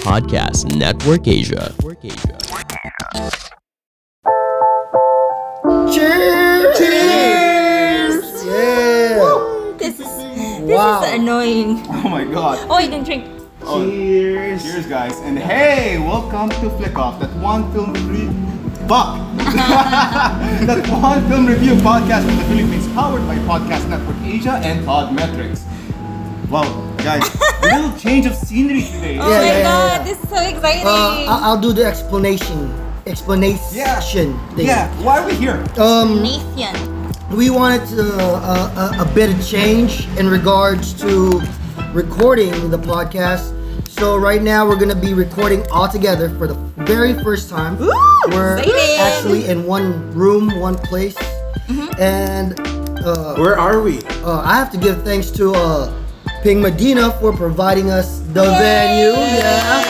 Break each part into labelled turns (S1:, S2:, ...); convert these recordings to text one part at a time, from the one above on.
S1: Podcast Network Asia.
S2: Cheers!
S3: Yeah!
S2: This is this
S3: Wow.
S2: is annoying.
S4: Oh my god.
S2: Oh, you didn't drink.
S4: Oh,
S3: Cheers!
S4: Cheers, guys. And hey, welcome to Flick Off, that one film review. Fuck! that one film review podcast from the Philippines, powered by Podcast Network Asia and Podmetrics. Wow, guys, a little change of scenery today.
S2: Oh
S3: Yeah,
S2: my
S3: yeah, yeah,
S2: god,
S3: yeah.
S2: this is so exciting.
S3: Uh, I- I'll do the explanation. Explanation
S4: Yeah.
S3: thing.
S4: Yeah, why are we here?
S3: Um,
S2: Nathan.
S3: we wanted to, uh, a, a bit of change in regards to recording the podcast. So right now we're gonna be recording all together for the very first time.
S2: Woo!
S3: we're
S2: Exciting!
S3: actually in one room, one place, and uh,
S5: Where are we?
S3: uh, I have to give thanks to uh, Ping Medina for providing us the
S2: Yay!
S3: venue. Yeah,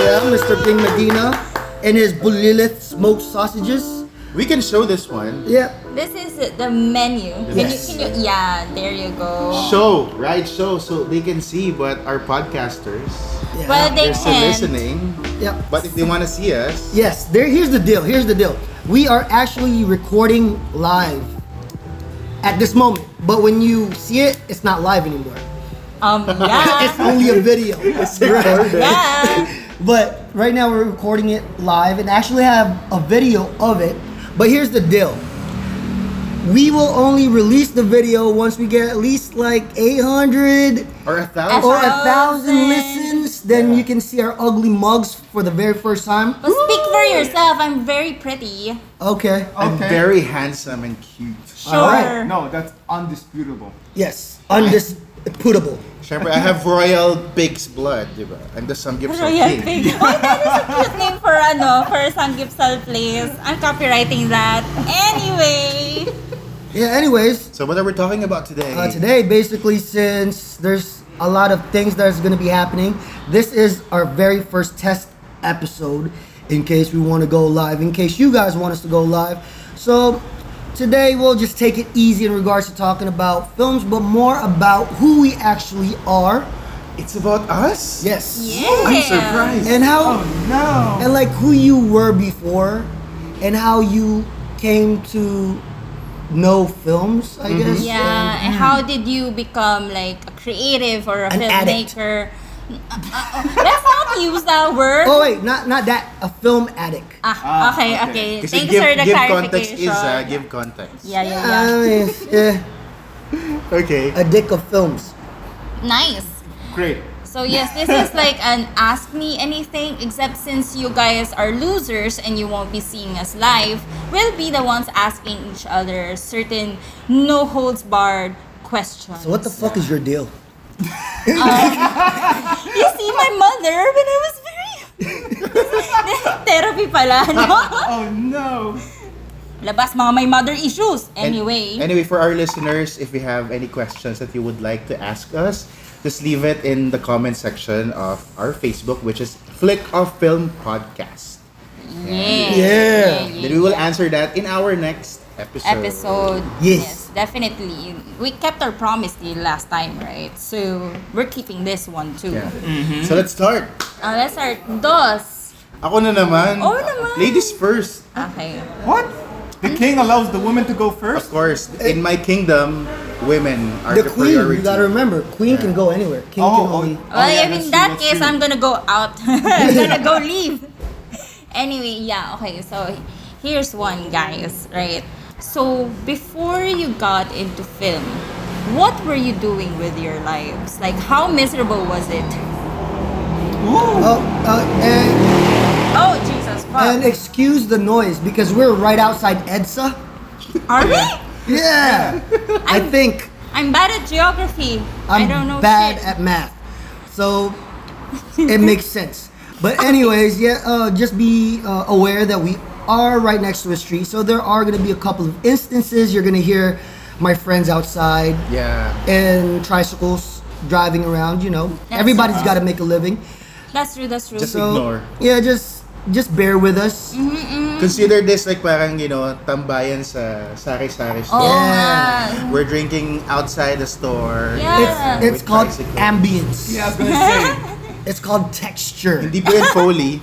S3: yeah, Mr. Ping Medina and his Bulilith smoked sausages.
S5: We can show this one.
S3: Yeah.
S2: This is the menu.
S3: Yes.
S2: Can you, can you, yeah, there you go.
S5: Show, right? Show, so they can see. But our podcasters,
S3: yeah.
S2: Well, they
S5: they're still
S2: can.
S5: listening.
S3: yeah.
S5: But if they want to see us,
S3: Yes, there here's the deal. Here's the deal. We are actually recording live at this moment. But when you see it, it's not live anymore.
S2: Um,
S3: It's
S2: yeah,
S3: only a video. Right?
S2: yeah.
S3: But right now we're recording it live and actually have a video of it. But here's the deal. We will only release the video once we get at least like 800
S5: or a thousand.
S3: or a thousand
S2: Thousand.
S3: listens, then you can see our ugly mugs for the very first time.
S2: Well, speak for yourself. I'm very pretty.
S3: Okay.
S5: I'm
S4: Okay.
S5: very handsome and cute.
S2: Sure.
S3: right.
S4: No, that's undisputable.
S3: Yes, undisputable.
S5: Siyempre, I have royal pig's blood, di ba? I'm the Samgyeopsal
S2: Royal
S5: king.
S2: Pig. Oh, that is a cute name for ano, for Sanggipsal place. I'm copywriting that. Anyway.
S3: Yeah, anyways,
S5: So what are we talking about today?
S3: uh, today basically since there's a lot of things that's going to be happening, this is our very first test episode in case we want to go live, in case you guys want us to go live. So today we'll just take it easy in regards to talking about films, but more about who we actually are.
S5: It's about us?
S3: Yes.
S2: Yeah.
S5: I'm surprised.
S3: And how
S4: No!
S3: and like who you were before and how you came to know films i guess
S2: Yeah, and how did you become like a creative or a
S3: An addict.
S2: filmmaker? Uh, uh, Let's not use that word.
S3: oh wait not not that a film addict
S2: ah, okay,
S4: Ah, okay.
S2: okay.
S5: Kasi
S2: Thanks
S5: give,
S2: for the
S5: give context
S2: clarification.
S5: is, uh, give context.
S2: yeah, yeah, yeah.
S3: I mean, Ah, yeah,
S5: Okay.
S3: a dick of films
S2: nice.
S4: Great.
S2: So yes, this is like an ask me anything except since you guys are losers and you won't be seeing us live, we'll be the ones asking each other certain no holds barred questions.
S3: so what the fuck is your deal
S2: You see my mother when I was very therapy pala, no?
S4: Oh no!
S2: Labas mga may mother issues.
S5: And-
S2: Anyway.
S5: Anyway, for our listeners, if you have any questions that you would like to ask us, just leave it in the comment section of our Facebook, which is Flick of Film Podcast.
S2: yeah.
S5: Then we will answer that in our next episode.
S2: Episode.
S3: Yes.
S2: Definitely. We kept our promise the last time, right? So we're keeping this one too.
S5: Yeah.
S3: Mm-hmm.
S5: So let's start.
S2: Uh, let's start. Dos.
S5: Ako na naman.
S2: Oo naman.
S5: Ladies first.
S2: Okay.
S4: What? The king allows the woman to go
S5: Of
S4: first?
S5: course, in my kingdom, women are
S3: Eh. the
S5: the,
S3: queen
S5: priority.
S3: you gotta remember queen can go anywhere king
S4: Oh,
S3: can
S4: oh.
S3: only
S2: Well, if
S4: yeah,
S2: in
S4: that's
S2: that
S4: true,
S2: case,
S4: that's
S2: I'm gonna go out. I'm gonna go leave. Anyway, yeah, okay, so here's one, guys, right? So, before you got into film, what were you doing with your lives? Like, how miserable was it?
S4: Ooh!
S3: Oh, uh, and,
S2: Oh, Jesus,
S3: and
S2: fuck.
S3: excuse the noise because we're right outside EDSA.
S2: Are we?
S3: Yeah, I think
S2: I'm bad at geography. I
S3: I'm
S2: don't know
S3: bad
S2: shit.
S3: at math, so it makes sense. But anyways, yeah, uh, just be uh, aware that we are right next to a street, so there are going to be a couple of instances you're going to hear my friends outside
S5: Yeah.
S3: and tricycles driving around. You know,
S2: That's
S3: everybody's got to make a living.
S2: That's true, that's true.
S5: Just
S3: So
S5: Ignore.
S3: yeah, just just bear with us.
S2: Mm-hmm.
S5: Consider this like parang, you know, tambayan sa sari-sari
S2: oh,
S5: store.
S2: man.
S5: We're drinking outside the store.
S2: Yeah.
S3: It's
S5: With
S3: called
S5: tricycles.
S3: ambience.
S4: Yeah, I was gonna say.
S3: It's called texture.
S5: Hindi po yun Foley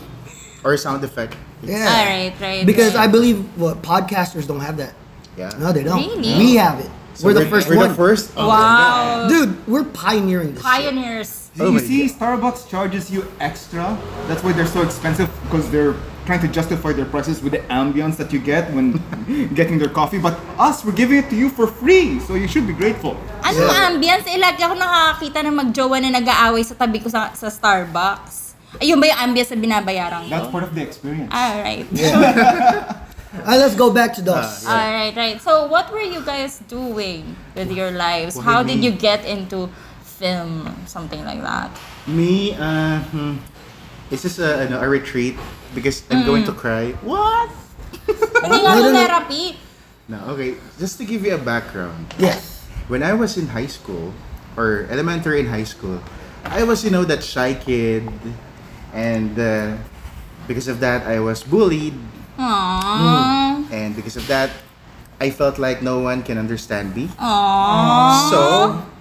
S5: or sound effect.
S3: Yeah.
S2: All right, right.
S3: Because I
S2: right.
S3: believe what podcasters don't have that.
S5: Yeah.
S3: No, they don't.
S2: Really?
S3: We have it.
S5: So
S3: we're the 1st
S5: we're
S3: one.
S5: the first. Oh,
S2: Wow.
S3: Dude, we're pioneering this. shit.
S2: Pioneers.
S4: Do
S5: Oh my
S4: you see, Starbucks charges you extra. That's why they're so expensive because they're trying to justify their prices with the ambience that you get when getting their coffee. But us, we're giving it to you for free, so you should be grateful.
S2: Ano ambience? Eh, lagi ako nakakita ng magjowa na nag-aaway sa tabi ko sa, sa Starbucks. Ayun ba yung ambience na binabayaran ko?
S4: That's part of the experience.
S2: Alright.
S3: All right, let's go back to DOS.
S2: Alright, right. So what were you guys doing with your lives?
S5: What
S2: How
S5: do
S2: did you
S5: you
S2: get into film? Something like that.
S5: Me, uh, hmm, is this a, ano, a retreat? Because I'm going to cry. What?
S2: Hindi nga ako
S3: No, no, no.
S2: Ano therapy.
S5: No, okay. Just to give you a background.
S3: yes.
S5: When I was in high school, or elementary and high school, I was, you know, that shy kid. And uh, because of that, I was bullied.
S2: Aww.
S5: And because of that, I felt like no one can understand me.
S2: Aww.
S5: So,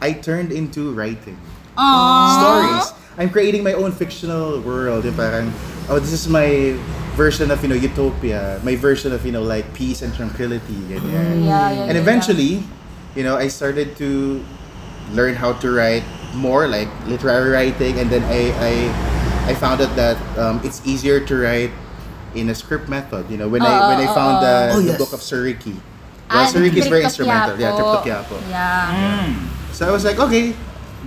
S5: I turned into writing. stories. I'm creating my own fictional world. Yung parang, oh, this is my version of, you know, utopia. My version of, you know, like peace and tranquility.
S2: Yeah,
S5: Ganyan.
S2: yeah,
S5: And
S2: yeah,
S5: eventually, you know, I started to learn how to write more, like literary writing. And then I, I, I found out that um, it's easier to write in a script method. You know, when I when I found the,
S3: Oh,
S5: the
S3: yes.
S5: book of Suriki.
S2: Ah,
S5: Well, Suriki is very
S2: Triptych
S5: instrumental. Yeah,
S2: Quiapo.
S5: Triptych Quiapo.
S2: Yeah.
S5: So I was like, okay.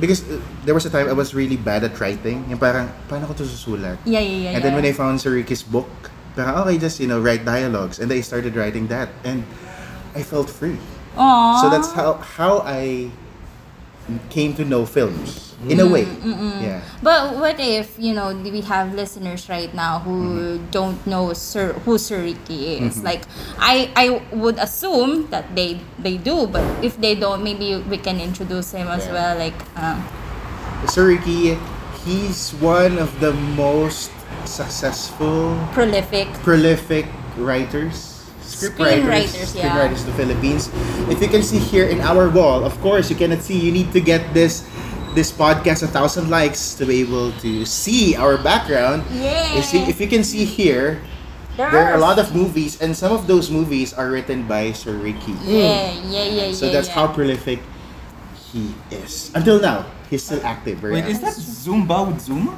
S5: Because uh, there was a time I was really bad at writing. Yung parang, paano ko to susulat?
S2: Yeah, yeah, yeah,
S5: And then
S2: yeah.
S5: when I found Sir Ricky's book, parang, okay, just, you know, write dialogues. And I started writing that. And I felt free.
S2: Aww.
S5: So that's how, how I came to know films. In a way. Yeah.
S2: But what if, you know, we have listeners right now who
S5: Mm-hmm.
S2: don't know Sir, who Sir Ricky is? Like, I, I would assume that they, they do, but if they don't, maybe we can introduce him as
S5: Yeah.
S2: well. Like, um,
S5: Sir Ricky, he's one of the most successful
S2: prolific.
S5: prolific writers,
S2: Screenwriters,
S5: scriptwriters,
S2: yeah.
S5: screenwriters in the Philippines. If you can see here in our wall, of course you cannot see. You need to get this this podcast a thousand likes to be able to see our background.
S2: Yay!
S5: If you, if you can see here,
S2: There,
S5: there are a
S2: are-
S5: lot of movies, and some of those movies are written by Sir Ricky.
S2: Yeah, yeah, yeah,
S5: So
S2: yeah,
S5: that's
S2: yeah.
S5: how prolific he is. Until now, he's still active. Very
S4: Wait, is
S5: active.
S4: that Zumba with Zuma?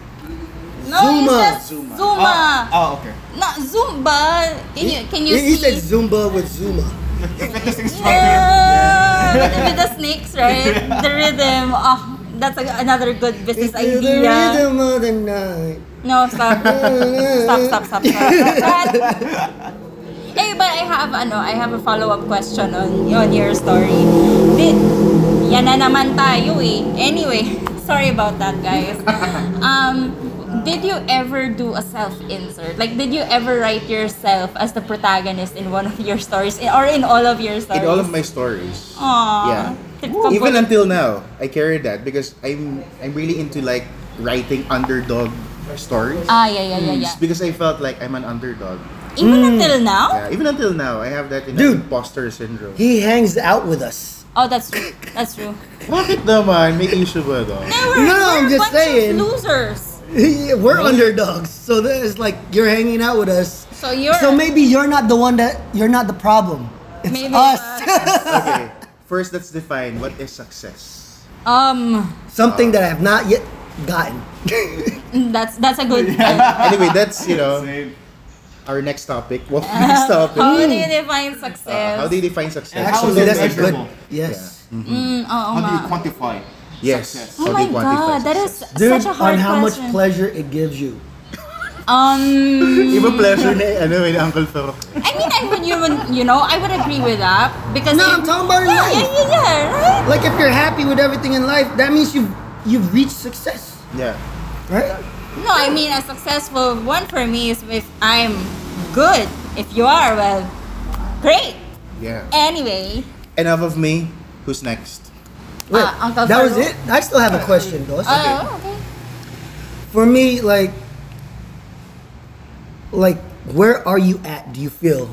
S2: No,
S3: Zuma.
S2: it's just Zuma.
S5: Zuma. Ah.
S4: Oh, okay.
S2: Not Zumba. Can you, can you
S3: he, he
S2: see?
S3: said Zumba with Zuma.
S4: It's like this instructor.
S2: Yeah, with, with the snakes, right? The rhythm. Oh, that's a, another good business
S3: It's the
S2: idea.
S3: rhythm of the night.
S2: No, stop. stop, stop, stop, stop. stop. hey, but I have ano, I have a follow-up question on, on your story. Di, yan na naman tayo eh. Anyway, sorry about that, guys. Um, did you ever do a self-insert? Like, did you ever write yourself as the protagonist in one of your stories in- or in all of your stories?
S5: in all of my stories.
S2: Aw.
S5: Yeah.
S2: Tip ka
S5: Even
S2: po.
S5: until now, I carry that because I'm I'm really into like writing underdog stories.
S2: Ah, yeah, yeah, yeah, yeah.
S5: It's because I felt like I'm an underdog.
S2: Even until now?
S5: Mm. Yeah. Even until now, I have that you know,
S3: Dude.
S5: imposter syndrome.
S3: He hangs out with us.
S2: Oh, that's true. That's true.
S5: Bakit naman? May issue ba daw?
S2: We're-
S3: No,
S2: we're
S3: I'm
S2: a
S3: just
S2: bunch of
S3: saying.
S2: losers.
S3: He- We're underdogs, so that is like you're hanging out with us.
S2: So you're
S3: So maybe you're not the one that you're not the problem. It's
S2: Maybe uh,
S3: us.
S5: Okay. First, let's define what is success.
S2: um
S3: Something that I have not yet gotten.
S2: that's that's a good
S5: Anyway, that's you know
S4: Same.
S5: our next topic. What next topic?
S2: how do you define Uh, success?
S5: Uh, how do you define success?
S4: How
S3: Actually,
S4: is it
S3: that's a good.
S4: measurable?
S3: Yes.
S2: Mm, oo
S4: How do
S2: nga.
S4: you quantify?
S5: yes.
S4: success?
S5: How
S2: Oh
S5: do
S2: my
S5: you quantify
S2: god, that is
S5: success?
S2: such
S3: Dude,
S2: a hard
S3: on how
S2: question.
S3: much pleasure it gives you.
S2: um
S5: Iba pleasure na eh, ano eh, Uncle Ferro.
S2: I mean I would you would you know, I would agree with that because
S3: No,
S2: it-
S3: I'm talking about in
S2: yeah,
S3: life.
S2: yeah, yeah, yeah, right?
S3: Like if you're happy with everything in life, that means you've you've reached success,
S5: Yeah.
S2: Uh,
S3: right?
S2: No, I mean a successful one for me is if I'm good. If you are, well, great.
S5: Yeah.
S2: Anyway,
S5: Enough of me. Who's next?
S3: Wait,
S2: Uncle Uh,
S3: that was
S2: Farrell.
S3: it. I still have a question, though.
S2: oh, okay.
S3: For me, like, like, where are you at? Do you feel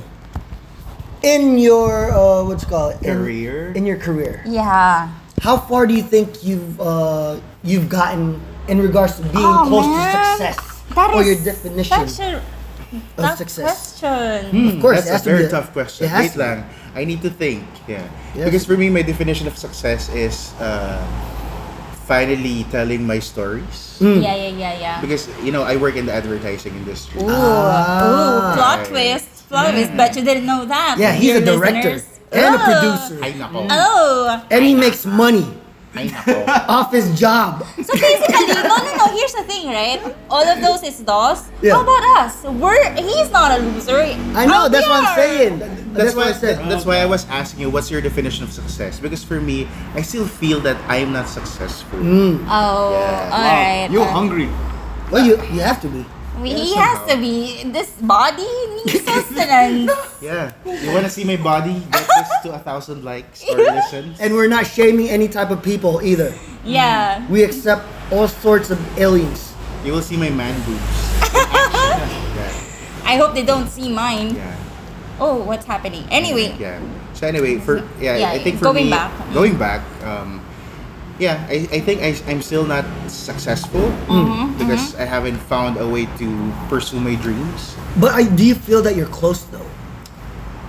S3: in your uh, what's it called In-
S5: Career?
S3: In, your career,
S2: Yeah.
S3: How far do you think you've uh, you've gotten in regards to being
S2: Oh,
S3: close
S2: man.
S3: to success
S2: That
S3: or
S2: is
S3: your definition?
S2: such a
S3: of
S2: tough
S3: success? Hmm.
S2: question.
S3: Of course, it has
S5: That's a
S3: to be
S5: very
S3: a-
S5: tough question.
S3: It has
S5: Wait
S3: to be.
S5: lang. I need to think. Yeah.
S3: Yes.
S5: Because for me, my definition of success is uh, finally telling my stories.
S3: Hmm.
S2: Yeah, yeah, yeah, yeah.
S5: Because, you know, I work in the advertising industry.
S2: Ooh,
S5: Ah.
S2: ooh, plot twist, plot twist. Bet you didn't know that.
S3: Ah. Yeah, he's a
S2: dear
S3: director
S2: listeners.
S3: and a
S2: Oh.
S3: producer,
S5: Ay, nako.
S2: Oh,
S3: and he makes money
S5: Hmm. Ay, nako.
S3: off his job.
S2: so basically, no, no, no. Here's the thing, right? All of those is dos.
S3: Yeah.
S2: How about us? We're he's not a loser. Oh,
S3: I know. that's what I'm saying.
S5: That's, why
S3: what I said.
S5: that's why I was asking you what's your definition of success because for me I still feel that I'm not successful.
S3: Hmm.
S2: Oh,
S5: Yeah.
S2: all
S4: Wow,
S2: right.
S4: You're
S2: Uh,
S4: hungry.
S3: Well, you you have to be.
S2: we- he has to be. This body needs sustenance.
S5: Yeah. You want to see my body get this to a thousand likes or listens?
S3: And we're not shaming any type of people either.
S2: yeah.
S3: We accept all sorts of aliens.
S5: You will see my man boobs.
S2: I hope they don't see mine.
S5: Yeah.
S2: Oh, what's happening? Anyway.
S5: Yeah. So anyway, for yeah,
S2: Yeah,
S5: I think for
S2: going
S5: me,
S2: back.
S5: going back, um, yeah, I, I think I, I'm still not successful
S2: Mm-hmm,
S5: because I haven't found a way to pursue my dreams.
S3: But I, do you feel that you're close though?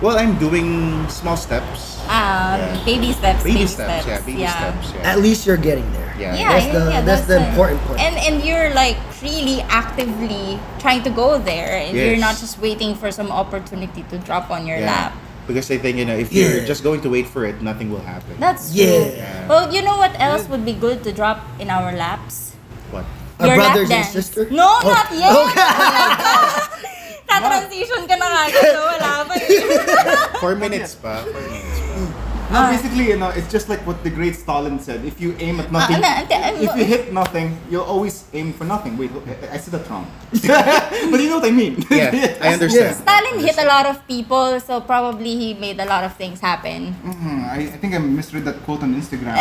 S5: Well, I'm doing small steps,
S2: Um,
S5: Yeah.
S2: baby steps.
S5: baby, steps, yeah, baby
S2: yeah.
S5: steps, yeah.
S3: At least you're getting there.
S5: Yeah.
S2: Yeah,
S3: That's
S2: yeah,
S3: the-
S2: yeah,
S3: that's the
S2: it.
S3: important part.
S2: And and you're like really actively trying to go there, and you're
S5: Yes.
S2: not just waiting for some opportunity to drop on your lap.
S5: Because I think you know, if
S3: Yeah.
S5: you're just going to wait for it, nothing will happen.
S2: That's true.
S3: Yeah.
S2: Well, you know what else would be good to drop in our laps?
S5: what?
S3: Our
S2: Your lap
S3: brothers and
S2: dance.
S3: sister?
S2: No,
S3: Oh,
S2: not yet.
S3: okay.
S2: Tatransition ka na nga. So wala pa. eh.
S5: Four minutes pa. Four minutes pa.
S2: Ah.
S4: No, basically, you know, it's just like what the great Stalin said. If you aim at nothing,
S2: ano, Ah, ante- ano? eh.
S4: if you hit nothing, you'll always aim for nothing. Wait, I, I said that wrong. but you know what I mean.
S5: Yeah, I understand.
S2: Stalin hit a lot of people, so probably he made a lot of things happen.
S4: Mhm, I, I think I misread that quote on Instagram.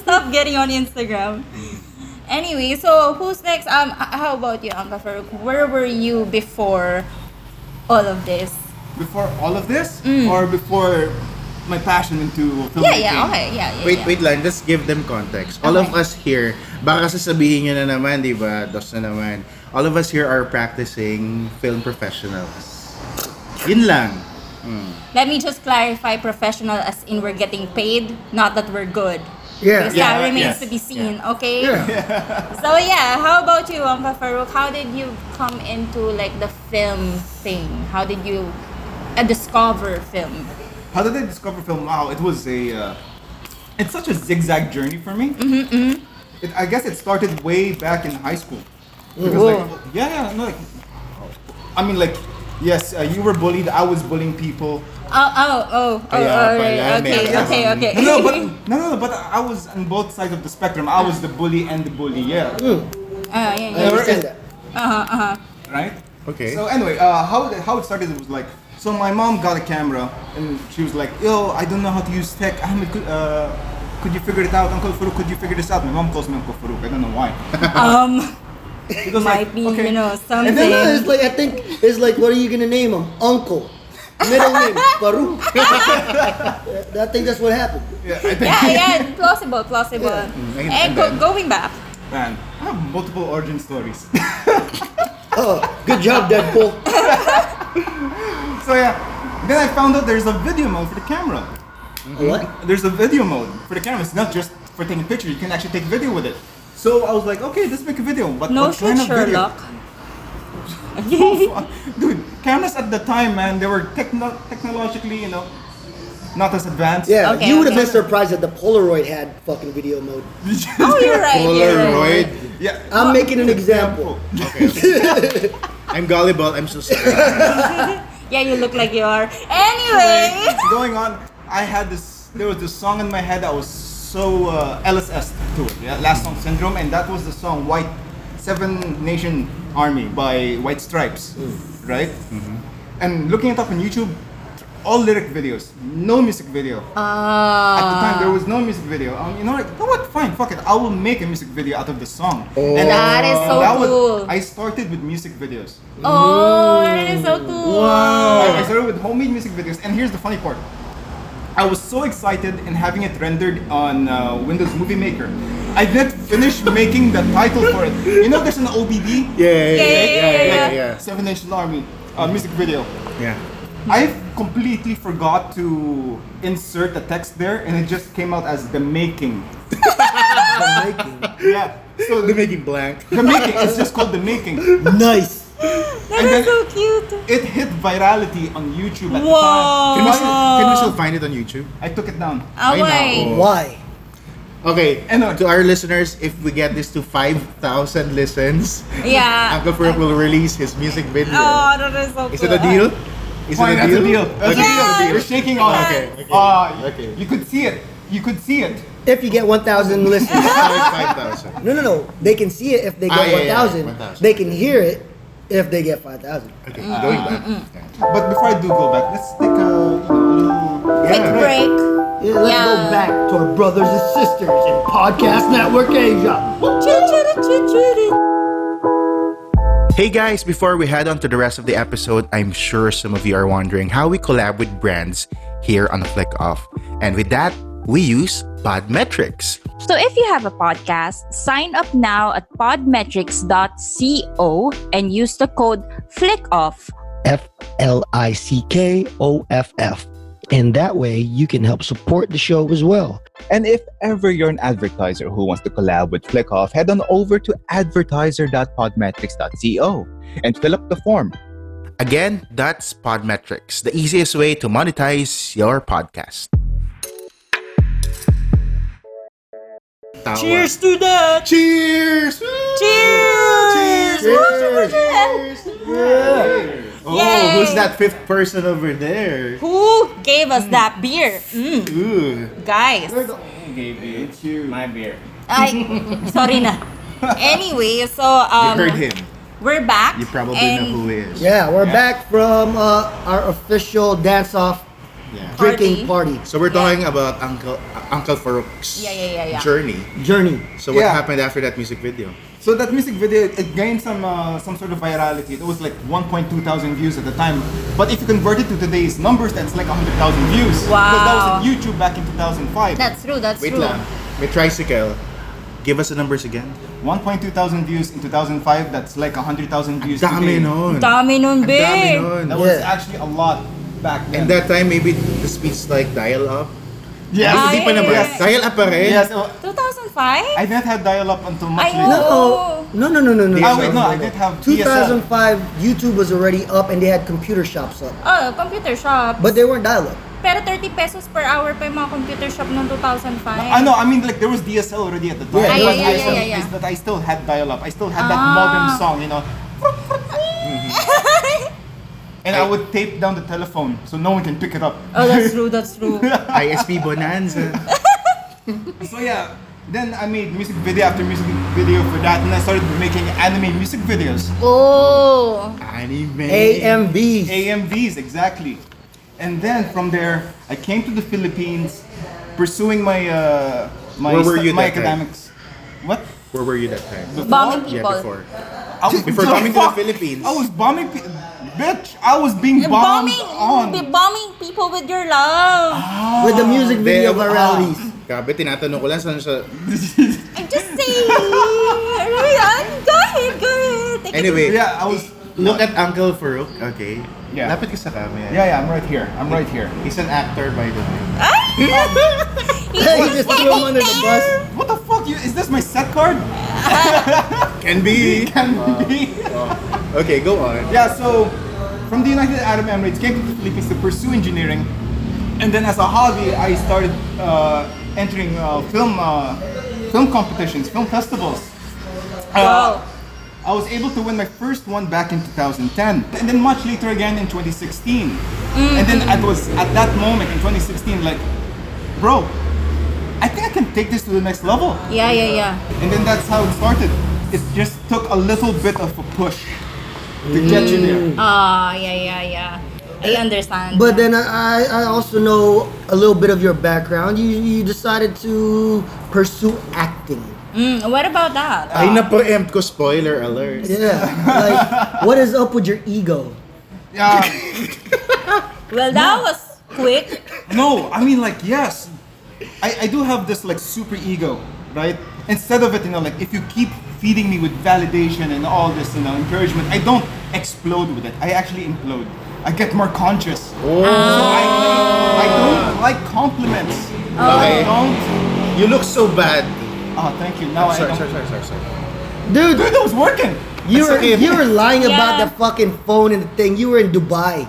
S2: Stop getting on Instagram. Anyway, so who's next? Um, h- how about you, Uncle Farouk? Where were you before all of this?
S4: before all of this, or before my passion into
S2: Yeah, Mm.
S4: filmmaking.
S2: yeah, okay, yeah, yeah.
S5: Wait,
S2: yeah.
S5: wait lang. Just give them context. All of
S2: Okay.
S5: us here, baka sasabihin nyo na naman, di ba? Dos na naman. All of us here are practicing film professionals. Yun lang.
S2: Let me just clarify professional as in we're getting paid, not that we're good.
S3: Yeah.
S2: Because
S4: Yeah,
S2: that remains
S4: yes,
S2: to be seen, okay?
S3: Yeah.
S2: So yeah, how about you, Uncle Farouk? How did you come into like the film thing? How did you uh, discover film?
S4: How did I discover film? Wow, it was a. Uh, it's such a zigzag journey for me.
S2: Mm-hmm,
S4: It, I guess it started way back in high school. Because like,
S2: Whoa.
S4: yeah, yeah, no, like, I mean, like, yes, uh, you were bullied. I was bullying people.
S2: Oh, oh, oh, oh,
S5: Kaya
S2: oh,
S5: pala
S2: right. okay,
S5: meron.
S2: okay, okay.
S4: No, no, but no, no, no, but I was on both sides of the spectrum. I was the bully and the bully. Yeah,
S2: Ah, yeah,
S3: I
S2: yeah.
S3: understand that.
S2: Uh-huh, uh-huh.
S4: right.
S5: Okay.
S4: So anyway, uh, how it- how it started was like so my mom got a camera and she was like, "Yo, I don't know how to use tech. Ahmed, could, uh, could you figure it out, Uncle Farouk? Could you figure this out?" My mom calls me Uncle Farouk. I don't know why.
S2: Um,
S4: It was
S2: might be, you know,
S3: And then uh,
S2: something.
S3: it's like I think it's like what are you gonna name him? Uncle. Middle name Farouk. I think that's what happened.
S4: Yeah, I think,
S2: Yeah, yeah, plausible, plausible.
S5: and-
S2: And
S5: and
S2: go,
S5: then-
S2: going back,
S4: Man, I have multiple origin stories.
S3: Oh, good job, Deadpool.
S4: so yeah, then I found out there's a video mode for the camera.
S3: What?
S4: There's a video mode for the camera. It's not just for taking pictures. You can actually take video with it. So I was like, okay, let's make a video. But
S2: no
S4: what kind
S2: shit,
S4: of video?
S2: Sherlock. Okay.
S4: Dude, cameras at the time, man, they were techno- technologically, you know, not as advanced.
S3: Yeah,
S2: Okay,
S3: you would have
S2: okay.
S3: been surprised that the Polaroid had fucking video mode.
S2: Oh, you're right. You're right.
S5: Polaroid.
S4: yeah.
S3: I'm making an example.
S5: I'm gullible. I'm so sorry.
S2: Yeah, you look like you are. Anyway,
S4: Going on, I had this. There was this song in my head that was so uh, LSS to it. Yeah, Last Song Syndrome, and that was the song White Seven Nation Army by White Stripes, right? And looking it up on YouTube, all lyric videos, no music video.
S2: Ah.
S4: At the time, there was no music video. Um, you know, like, you know what? Fine, fuck it. I will make a music video out of the song. And
S2: That is so
S4: that was-
S2: cool.
S4: I started with music videos.
S2: oh, that is so cool. Oh.
S4: I- I started with homemade music videos, and here's the funny part. I was so excited in having it rendered on uh, Windows Movie Maker. I didn't finish making the title for it. You know, there's an OBD,
S5: Yeah, yeah, yeah,
S2: yeah,
S5: yeah,
S2: yeah.
S5: yeah,
S4: Seven Inch Army uh, music video.
S5: yeah.
S4: I completely forgot to insert the text there, and it just came out as the making. Yeah. So
S5: They're
S4: the,
S5: making blank.
S4: the making. It's just called the making.
S3: Nice.
S2: That
S4: And
S2: is
S4: then-
S2: so cute.
S4: It hit virality on YouTube at
S2: Whoa.
S5: Can we,
S4: the
S5: still,
S4: time.
S5: can we still find it on YouTube?
S4: I took it down.
S2: Oh,
S5: Why not?
S2: wait.
S3: Why?
S5: Okay,
S4: And on.
S5: to our listeners, if we get this to 5,000 listens,
S2: Yeah.
S5: Uncle Ferb will release his music video.
S2: Oh, that is so cute.
S5: Is it a deal? Is
S4: Fine,
S5: it a
S4: that's
S5: deal?
S4: a deal. That's
S5: Okay.
S2: Yeah.
S4: a deal. You're shaking on it.
S5: Okay, okay,
S4: Uh,
S5: okay.
S4: You could see it. You could see it.
S3: If you get 1,000 listeners.
S5: Five thousand.
S3: No, no, no. They can see it if they get
S5: Ah, yeah, yeah,
S3: 1,000.
S5: 1,000.
S3: They can hear it if they get 5,000.
S5: Okay, going back.
S4: But before I do go back, let's take a you know,
S2: Quick
S5: Yeah.
S2: break.
S3: Yeah, let's
S2: Yeah.
S3: go back to our brothers and sisters in Podcast Network Asia.
S5: Hey guys, before we head on to the rest of the episode, I'm sure some of you are wondering how we collab with brands here on Flick Off. And with that, we use Podmetrics.
S2: So if you have a podcast, sign up now at podmetrics.co and use the code FLICKOFF.
S6: F L I C K O F F. And that way you can help support the show as well.
S7: And if ever you're an advertiser who wants to collab with FlickOff, head on over to advertiser.podmetrics.co and fill up the form.
S5: Again, that's Podmetrics, the easiest way to monetize your podcast. Tawa.
S2: Cheers to that!
S5: Cheers!
S2: Cheers!
S5: Oh,
S2: Yay!
S5: who's that fifth person over there?
S2: Who gave us that beer? Mm,
S5: Ooh.
S2: guys.
S4: it's you. My beer.
S2: Ay, sorry na. Anyway, so
S5: You
S2: um,
S5: heard him.
S2: we're back.
S5: You probably
S2: and
S5: know who he is.
S3: Yeah, we're back from uh, our official dance off
S5: Yeah.
S3: drinking
S2: Party.
S3: party
S5: So we're talking about Uncle Uncle Farouk's
S2: Yeah, yeah, yeah, yeah.
S5: journey.
S3: journey.
S5: So what
S4: Yeah.
S5: happened after that music video?
S4: So that music video, it gained some uh, some sort of virality. It was like 1.2 thousand views at the time. But if you convert it to today's numbers, that's like 100,000 views. Because that was
S2: Wow.
S4: on YouTube back in 2005.
S2: That's true, that's
S5: Wait
S2: true.
S5: lang. May tricycle. Give us the numbers again.
S4: 1.2 thousand views in 2005. That's like 100,000 views
S5: Dami
S4: today.
S5: nun.
S2: Dami nun,
S5: Ang dami
S2: babe.
S5: nun.
S4: That was
S3: Yeah.
S4: actually a lot back
S5: And
S4: then.
S5: that time maybe the speed's like dial up.
S4: yes.
S2: Ah,
S5: Hindi pa
S2: yeah,
S5: naman.
S2: yeah, yeah.
S5: Dial up pa rin.
S4: yes. uh,
S2: 2005?
S4: I didn't have dial up until much
S2: I
S4: later.
S2: know.
S3: No, oh, no, no, no, no, Oh, no.
S4: Ah, wait, no, I did have 2000.
S3: 2005, YouTube was already up and they had computer shops up.
S2: Oh, computer shop.
S3: But they weren't dial up.
S2: Pero 30 pesos per hour pa yung mga computer shop noong 2005.
S4: I know, I mean, like, there was DSL already at the time.
S3: Yeah,
S4: It
S3: yeah,
S4: was
S2: yeah, yeah,
S4: DSL,
S2: yeah, yeah.
S4: is that I still had dial up. I still had that
S2: Ah.
S4: modem song, you know. And I would tape down the telephone so no one can pick it up.
S2: Oh, that's true, that's true.
S5: ISP Bonanza.
S4: So, yeah. Then I made music video after music video for that, and I started making anime music videos.
S2: Oh.
S5: Anime.
S3: AMV.
S4: AMVs, exactly. And then from there, I came to the Philippines, pursuing my uh, my,
S5: Where were
S4: stu-
S5: you
S4: my
S5: that time?
S4: academics. What?
S5: Where were you that time?
S2: Bombing
S5: Yeah,
S2: people.
S5: before.
S4: I was,
S5: Before coming to the Philippines.
S4: I was bombing, pe- bitch. I was being
S2: You're
S4: bombed
S2: bombing, be-
S4: on.
S2: bombing people with your
S5: Ah.
S2: love.
S3: With the music video
S2: Oh.
S5: Then,
S3: viralities.
S5: Grabe, tinatanong ko lang saan siya.
S2: I'm just saying. go ahead, go ahead. Take it.
S5: Anyway,
S4: Yeah, I was.
S5: look at Uncle Farouk. Okay.
S4: Yeah.
S5: Lapit ka sa camera.
S4: Yeah, yeah. I'm right here. I'm right here.
S5: He's an actor, by the way.
S3: He just threw him under the bus.
S4: What the fuck? You, is this my set card?
S5: Can be.
S4: Can be.
S5: Okay, go on.
S4: Yeah. So, from the United Arab Emirates, came to the Philippines to pursue engineering, and then as a hobby, I started uh, entering uh, film uh, film competitions, film festivals. Uh,
S2: Wow.
S4: I was able to win my first one back in 2010, and then much later again in 2016. And then I was at that moment in 2016 like, bro, I think I can take this to the next level.
S2: Yeah, yeah, yeah.
S4: And then that's how it started. It just took a little bit of a push to get you there.
S2: Ah, yeah, yeah, yeah. I understand.
S3: Eh, But then I, I also know a little bit of your background. You, you decided to pursue acting.
S2: Mm, what about that?
S5: Ay, na-preempt ko. Spoiler alert.
S3: Yeah. Like, what is up with your ego?
S4: Yeah.
S2: Well, that was quick?
S4: No, I mean like yes, I, I do have this like super ego, right? Instead of it, you know, like if you keep feeding me with validation and all this, you know, encouragement, I don't explode with it. I actually implode. I get more conscious.
S5: Oh.
S4: So I, I don't like compliments. I
S5: Okay.
S4: don't.
S5: You look so bad.
S4: Oh, thank you. Now I
S5: Sorry,
S4: don't.
S5: sorry, sorry, sorry, sorry.
S3: Dude,
S4: Dude, that was working.
S3: you were,
S5: okay.
S3: you were lying about
S2: Yeah.
S3: the fucking phone and the thing. You were in Dubai.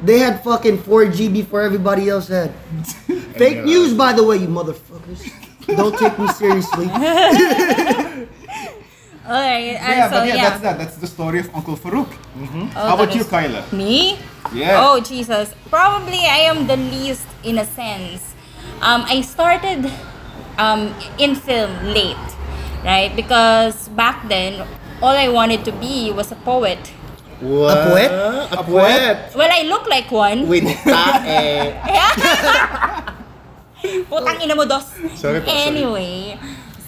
S3: They had fucking 4G before everybody else had. Fake news, by the way, you motherfuckers. Don't take me seriously.
S2: Alright, uh,
S4: Yeah,
S2: so
S4: but yeah,
S2: yeah.
S4: that's that. That's the story of Uncle Farouk.
S2: Oh,
S4: How about
S2: that
S4: you,
S2: is-
S4: Kyla?
S2: Me?
S4: Yeah.
S2: Oh Jesus. Probably I am the least in a sense. Um, I started um, in film late, right? Because back then all I wanted to be was a poet.
S5: What?
S3: poet?
S5: A poet?
S2: Well, I look like one.
S5: With tae.
S2: Putang
S3: Oh.
S2: ina mo, Dos.
S5: Sorry po, sorry.
S2: Anyway,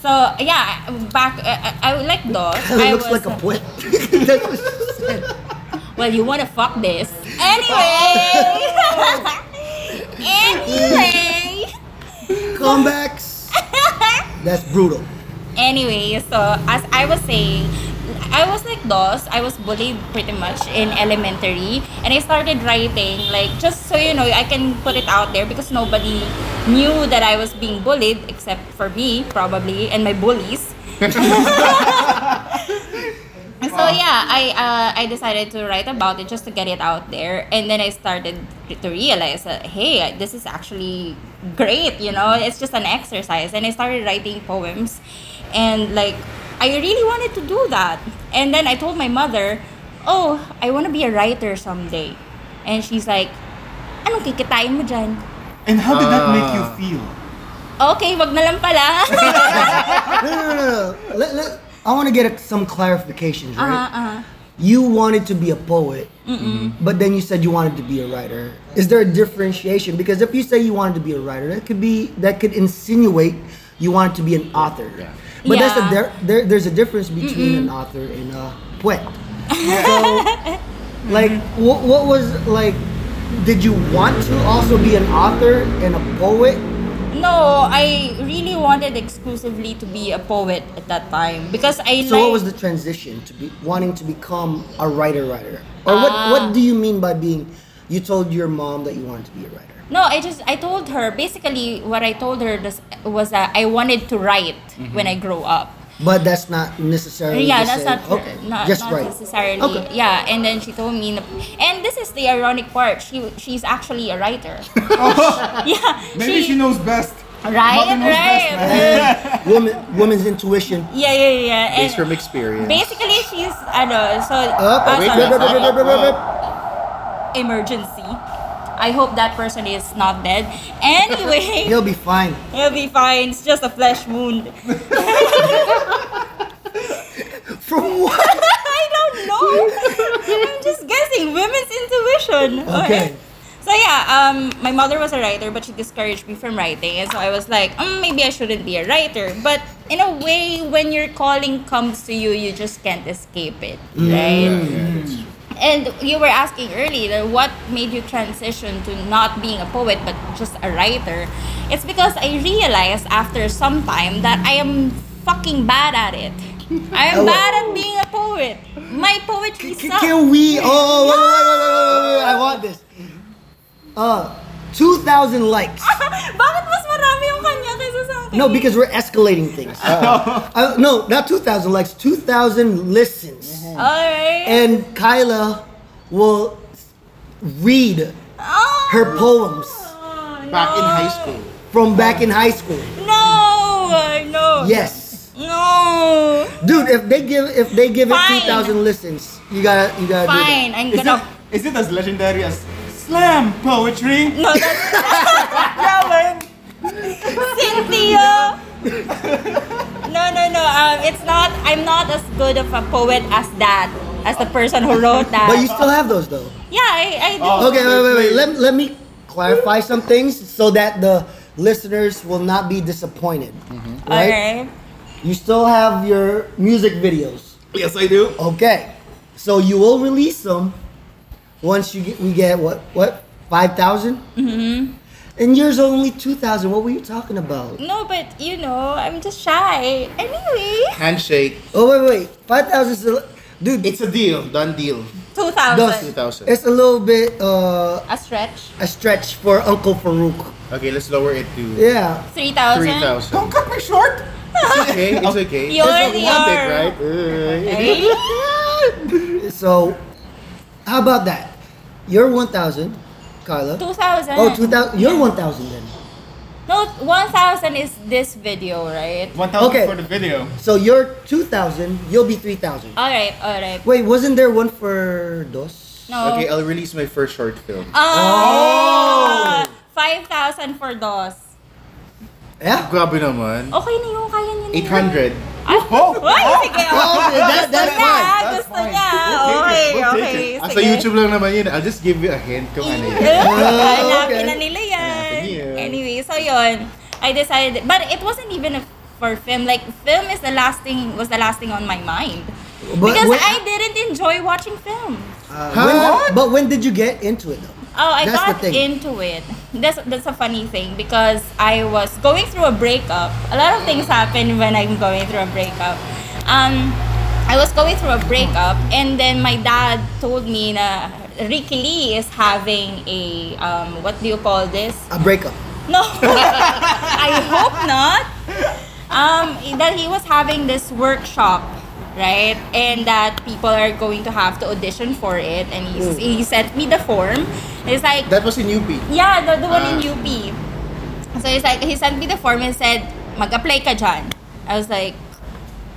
S2: so yeah, back I, I, I like Dos.
S3: It
S2: I
S3: looks
S2: was-
S3: like a poet. That's what she said.
S2: Well, you wanna fuck this. Anyway. anyway.
S3: Comebacks. That's brutal.
S2: Anyway, so as I was saying, I was like DOS. I was bullied pretty much in elementary. And I started writing, like, just so you know, I can put it out there because nobody knew that I was being bullied except for me, probably, and my bullies. So yeah, I uh, I decided to write about it just to get it out there, and then I started to realize that hey, this is actually great. You know, it's just an exercise, and I started writing poems, and like I really wanted to do that. And then I told my mother, oh, I want to be a writer someday, and she's like, anong kikitain mo dyan?
S4: And how did that make you
S5: Ah.
S4: feel?
S2: Okay, wag na lang pala.
S3: No, no, no, no. no. Let, let, I want to get some clarifications, right?
S2: uh-uh.
S3: You wanted to be a poet, but then you said you wanted to be a writer. Is there a differentiation? Because if you say you wanted to be a writer, that could be that could insinuate you wanted to be an author. But that's a
S2: Yeah.
S3: there, there. There's a difference between an author and a poet. So, like, what, what was like? Did you want to also be an author and a poet?
S2: No, I really wanted exclusively to be a poet at that time because I
S3: So
S2: like
S3: what was the transition to be wanting to become a writer writer? Or what
S2: Uh,
S3: what do you mean by being you told your mom that you wanted to be a writer?
S2: No, I just I told her basically what I told her this, was that I wanted to write when I grow up.
S3: But that's not necessarily
S2: yeah,
S3: the
S2: that's
S3: same.
S2: not,
S3: okay.
S2: not,
S3: just
S2: not
S3: right.
S2: necessarily.
S3: Okay.
S2: Yeah, and then she told me, and this is the ironic part. She she's actually a writer. yeah,
S4: Maybe she, knows best.
S2: Right,
S4: Mother knows
S2: right.
S4: best.
S3: Woman woman's intuition.
S2: Yeah, yeah, yeah. And
S5: Based from experience.
S2: basically, she's ano so
S3: Up.
S2: ah,
S5: wait,
S2: sorry,
S5: wait, wait,
S2: sorry.
S5: wait, wait, wait, wait.
S2: emergency. I hope that person is not dead. Anyway.
S3: He'll be fine.
S2: He'll be fine. It's just a flesh wound.
S3: From what?
S2: I don't know. I'm just guessing. Women's intuition.
S3: Okay.
S2: So yeah, um, my mother was a writer, but she discouraged me from writing, and so I was like, mm, maybe I shouldn't be a writer. But in a way, when your calling comes to you, you just can't escape it, right?
S5: Hmm.
S2: And you were asking earlier what made you transition to not being a poet but just a writer. It's because I realized after some time that I am fucking bad at it. I
S5: Oh.
S2: am bad at being a poet. My poetry
S3: C-
S2: sucks.
S3: Can we Oh, oh wait, wait, wait, wait, wait, wait, wait, I want this. Uh 2000 likes.
S2: Bakit mas marami yung kanya kaysa sa akin?
S3: No, because we're escalating things. Uh, no, not 2000 likes, 2000 listens.
S2: Alright.
S3: and Kyla will read
S2: Oh,
S3: her poems
S5: Back in high school.
S3: from back in high school.
S2: No! No!
S3: Yes.
S2: No!
S3: Dude, if they give if they give it
S2: Fine.
S3: 2000 listens, you got to you got to
S2: Fine, I'm
S4: Is
S2: gonna...
S4: it, is it as legendary as slam poetry?
S2: No, that's... Yaman! Cynthia! No, no, no. Um, it's not... I'm not as good of a poet as that. As the person who wrote that.
S3: But you Oh, still have those though.
S2: Yeah, I, I do.
S3: Okay, wait, wait, wait. Let, let me clarify some things so that the listeners will not be disappointed. Right?
S2: Mm-hmm. Okay.
S3: You still have your music videos.
S5: Yes, I do.
S3: Okay. So you will release them once you get, we get what what Five Mm-hmm. And yours are only two thousand. What were you talking about?
S2: No, but you know, I'm just shy. Anyway,
S5: Handshake.
S3: Oh wait, wait, five thousand is a, dude.
S5: It's a deal. Done deal.
S2: two
S3: Dos.
S2: thousand.
S5: 2,000.
S3: It's a little bit uh,
S2: A stretch.
S3: a stretch for Uncle Farouk.
S5: Okay, let's lower it to
S3: Yeah,
S2: Three thousand.
S5: 3,000.
S4: Don't cut me short!
S5: Okay,
S2: Oh,
S5: it's okay.
S2: You
S5: It's
S2: already
S5: a topic,
S2: are.
S5: right? Uh,
S3: so how about that? You're one thousand, Carla.
S2: Two thousand.
S3: Oh, 2,000. You're 1,000 then.
S2: No, one thousand is this video, right?
S4: 1,000
S3: Okay.
S4: for the video.
S3: So you're 2,000, you'll be 3,000.
S2: All right, all right.
S3: Wait, wasn't there one for DOS?
S2: No.
S5: Okay, I'll release my first short film.
S2: Ah!
S3: oh.
S2: 5,000 for DOS.
S3: Yeah?
S5: Grabe naman.
S2: Oh, Okay na yun, kaya niya na yun.
S5: 800.
S2: Ay,
S4: Oh,
S2: Ay, sige,
S3: Oh,
S2: okay.
S3: okay, that, that's
S2: Gusto niya,
S3: fine.
S4: that's
S2: gusto
S4: fine.
S2: niya.
S4: We'll take it,
S2: Okay,
S4: we'll take
S2: okay,
S5: Ah,
S2: sige.
S5: sa YouTube lang naman yun. I'll just give you a hint kung ano yun.
S2: Hanapin
S4: Oh,
S3: okay.
S2: na nila yan.
S5: Hanapin yun.
S2: Anyway, so yun. I decided, but it wasn't even a, for film. Like, film is the last thing, was the last thing on my mind.
S3: But
S2: because
S3: when-
S2: I didn't enjoy watching film.
S3: Uh, when- but when did you get into it though?
S2: Oh, I
S3: That's the
S2: got
S3: thing.
S2: into it. That's that's a funny thing because I was going through a breakup. A lot of things happen when I'm going through a breakup. Um, I was going through a breakup, and then my dad told me na Ricky Lee is having a um, what do you call this?
S3: A breakup.
S2: No, I hope not. Um, that he was having this workshop, right? And that people are going to have to audition for it. And he,
S3: Mm.
S2: he sent me the form. It's like,
S5: That was in UP.
S2: yeah, the, the one in UP. So he's like, he sent me the form and said, mag-apply ka dyan. I was like,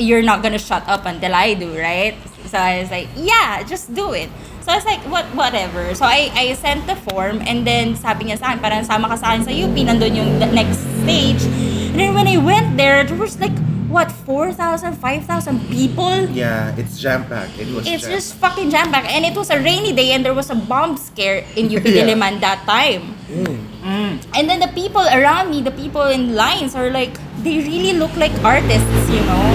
S2: you're not gonna shut up until I do, right? So I was like, yeah, just do it. So I was like, what, whatever. So I, I sent the form and then sabi niya sa akin, parang sama ka sa akin sa UP, nandun yung the next stage. And then when I went there, there was like, what, 4,000, 5,000 people?
S5: Yeah, it's jam-packed. It was
S2: It's
S5: jam-packed.
S2: just fucking jam packed. And it was a rainy day and there was a bomb scare in UP
S5: Yeah. Mm.
S2: Diliman that time. Mm. And then the people around me, the people in lines are like, they really look like artists, you know?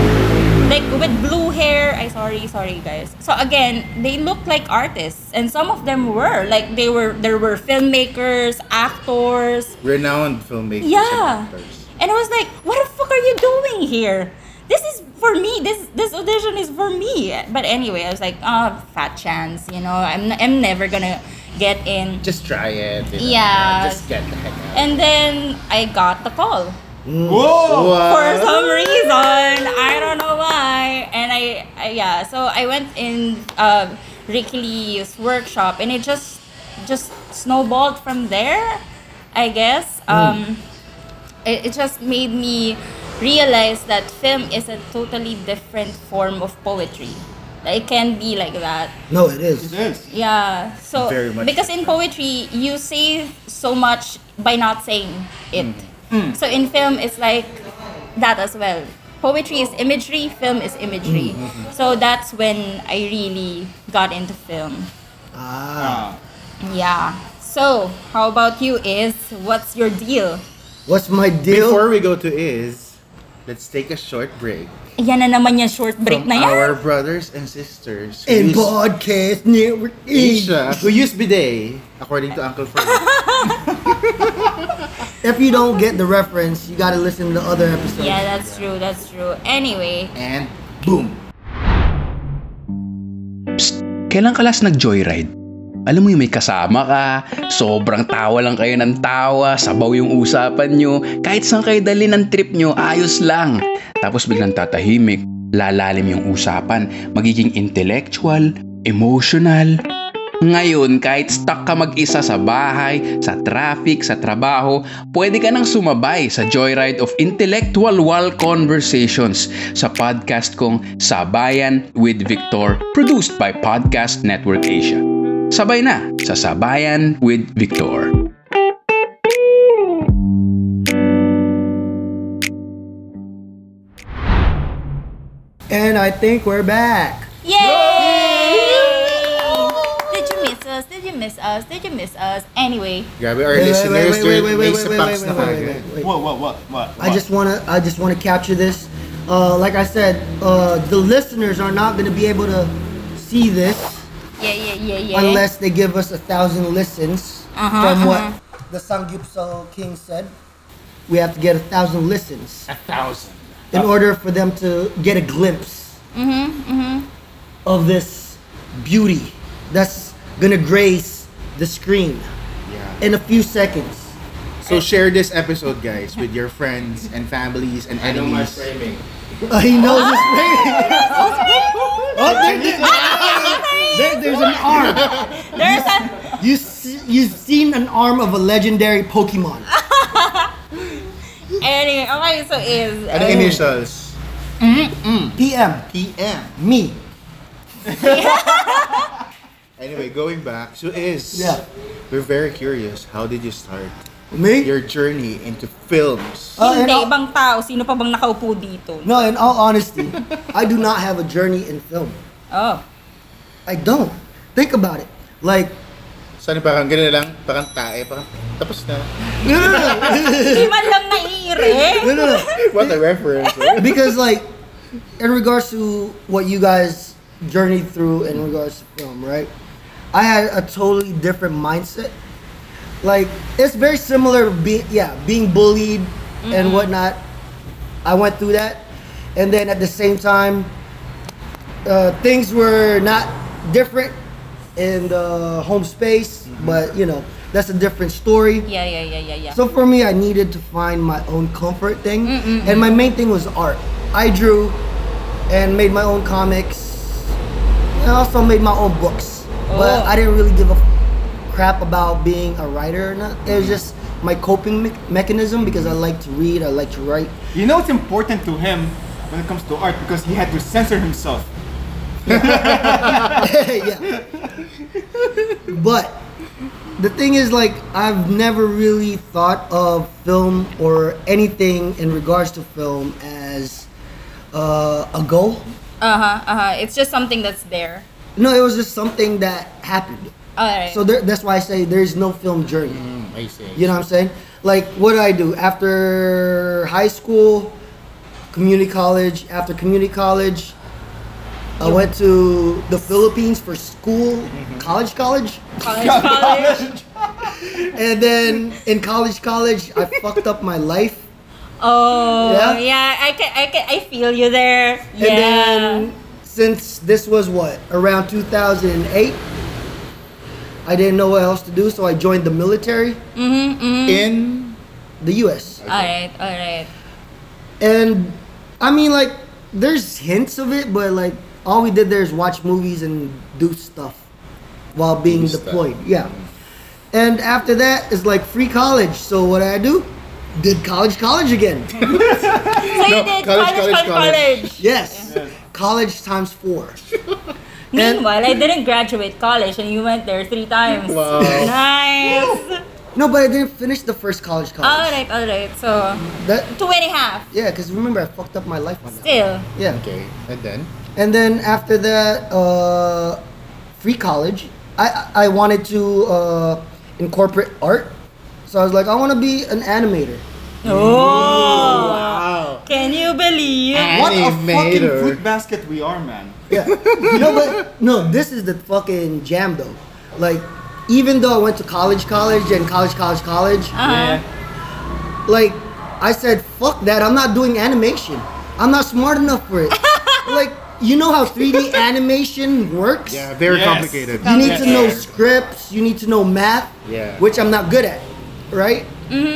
S2: Like with blue hair. I sorry, sorry guys. So again, they look like artists. And some of them were. Like they were there were filmmakers, actors,
S5: Renowned filmmakers. and
S2: yeah.
S5: actors.
S2: And I was like, what the fuck are you doing here? This is for me. This this audition is for me. But anyway, I was like, oh, fat chance. You know, I'm I'm never gonna get in.
S5: Just try it. you know,
S2: Yeah.
S5: Just get the heck out.
S2: And then I got the call
S4: Whoa!
S2: Oh, for
S5: Wow.
S2: some reason. I don't know why. And I, I yeah. So I went in uh, Ricky Lee's workshop, and it just just snowballed from there. I guess. Um, it, it just made me realize that film is a totally different form of poetry. It can be like that.
S3: No, it is.
S4: It is.
S2: Yeah. So
S5: Very much
S2: because in poetry you say so much by not saying it.
S5: Mm.
S2: So in film it's like that as well. Poetry is imagery, film is imagery.
S5: Mm,
S2: So that's when I really got into film.
S3: Ah.
S4: Ah.
S2: Yeah. So how about you is what's your deal?
S3: What's my deal?
S5: Before we go to is, let's take a short break.
S2: Yan na naman yung short break
S5: from
S2: na yan.
S5: our brothers and sisters who
S3: In
S5: use
S3: podcast network
S5: Asia, who use bidet, according to Uncle Fred.
S3: If you don't get the reference, you gotta listen to the other episodes.
S2: Yeah, that's true, that's true. Anyway,
S5: and boom.
S8: Kailan ka last nag-joyride? Alam mo yung may kasama ka, sobrang tawa lang kayo ng tawa, sabaw yung usapan nyo, kahit saan kayo dali ng trip nyo, ayos lang. Tapos biglang tatahimik, lalalim yung usapan, magiging intellectual, emotional. Ngayon, kahit stuck ka mag-isa sa bahay, sa traffic, sa trabaho, pwede ka nang sumabay sa Joyride of Intellectual Wall Conversations sa podcast kong Sabayan with Victor, produced by Podcast Network Asia. Sabay na sa Sabayan with Victor.
S3: And I think we're back.
S2: Yay! Oh. Did you miss us? Did you miss us? Did you miss us? Anyway,
S5: Grabe, our
S3: Wait, wait,
S5: listeners,
S3: wait, wait, wait,
S5: may
S3: wait, wait,
S5: sapaps
S3: wait,
S5: na
S3: wait, wait,
S5: kagad.
S3: wait, wait.
S4: Whoa, whoa, what, what?
S3: I just wanna I just wanna capture this. Uh, like I said, uh, the listeners are not gonna be able to see this
S2: yeah, yeah, yeah, yeah.
S3: unless they give us a thousand listens.
S2: Uh
S3: from what the Sangyupsal king said. We have to get a thousand listens. A thousand. In order for them to get a glimpse
S2: Mm-hmm,
S3: of this beauty that's gonna grace the screen
S5: Yeah.
S3: in a few seconds.
S5: So share this episode, guys, with your friends and families and enemies.
S3: Uh, he knows his
S2: Ah!
S3: name. oh, there, there- there- there's an arm.
S2: There's a...
S3: You see, you've seen an arm of a legendary Pokemon.
S2: Anyway, okay, so is...
S5: Ano initials?
S3: PM.
S5: PM.
S3: Me.
S5: Anyway, going back, so is
S3: Yeah.
S5: we're very curious. How did you start
S3: Me?
S5: your journey into films?
S3: Oh,
S2: Hindi,
S3: and-
S2: ibang tao. Sino pa bang nakaupo dito?
S3: No, in all honesty, I do not have a journey in film.
S2: Oh.
S3: I don't. Think about it. Like,
S5: Sana parang ganun lang, parang tae, parang tapos na.
S3: no, no, no,
S2: Di man lang naiire.
S3: no, no, no.
S5: What a reference. eh?
S3: Because, like, in regards to what you guys journeyed through in regards to film, right? I had a totally different mindset. Like, it's very similar, be- yeah, being bullied and whatnot. I went through that. And then at the same time, uh, things were not different in the home space, but you know, that's a different story.
S2: Yeah, yeah, yeah, yeah, yeah.
S3: So for me, I needed to find my own comfort thing, and my main thing was art. I drew and made my own comics. and also made my own books, but
S2: Oh.
S3: I didn't really give a crap about being a writer or not. It
S2: Mm-hmm.
S3: was just my coping me- mechanism because I like to read, I like to write.
S4: You know it's important to him when it comes to art because he had to censor himself.
S3: yeah. But the thing is, like, I've never really thought of film or anything in regards to film as uh, a goal.
S2: Uh-huh, uh-huh. It's just something that's there.
S3: No, it was just something that happened.
S2: Alright.
S3: So there, that's why I say there's no film journey.
S5: Mm, I see.
S3: You know what I'm saying? Like, what did I do after high school, community college? After community college, I went to the Philippines for school,
S5: Mm-hmm.
S3: college, college.
S2: college, college.
S3: And then in college, college, I fucked up my life.
S2: Oh,
S3: Yeah?
S2: yeah. I can, I can, I feel you there.
S3: And
S2: Yeah.
S3: then since this was what around 2008, I didn't know what else to do, so I joined the military,
S5: In
S3: the U.S.
S2: all right, all right.
S3: And I mean, like, there's hints of it, but like, all we did there is watch movies and do stuff while being
S5: Do stuff.
S3: deployed. Yeah. And after that is like free college. So what did I do? Did college, college again.
S2: So you did college,
S5: college, college,
S2: college, college.
S5: college.
S3: Yes. College times four.
S2: Meanwhile, I didn't graduate college, and you went there three times.
S5: Wow.
S2: Nice.
S3: No, but I didn't finish the first college
S2: All
S3: college.
S2: right, all right. So
S3: That
S2: two and a half.
S3: yeah, because remember I fucked up my life on that.
S2: Still.
S3: Yeah.
S5: okay, and then
S3: And then after that, uh, free college. I I I wanted to uh, incorporate art, so I was like, I want to be an animator.
S2: Oh. Can you believe?
S5: Eh?
S4: What a fucking
S5: Animator.
S4: fruit basket we are, man.
S3: Yeah. no, but no, this is the fucking jam though. Like, even though I went to college, college, and college, college, college,
S2: Uh-huh.
S4: Yeah.
S3: like I said, fuck that. I'm not doing animation. I'm not smart enough for it. like, you know how 3D animation works?
S5: yeah, very
S4: Yes.
S5: complicated.
S3: You need to know
S5: Yeah.
S3: scripts. You need to know math,
S5: Yeah.
S3: which I'm not good at, right?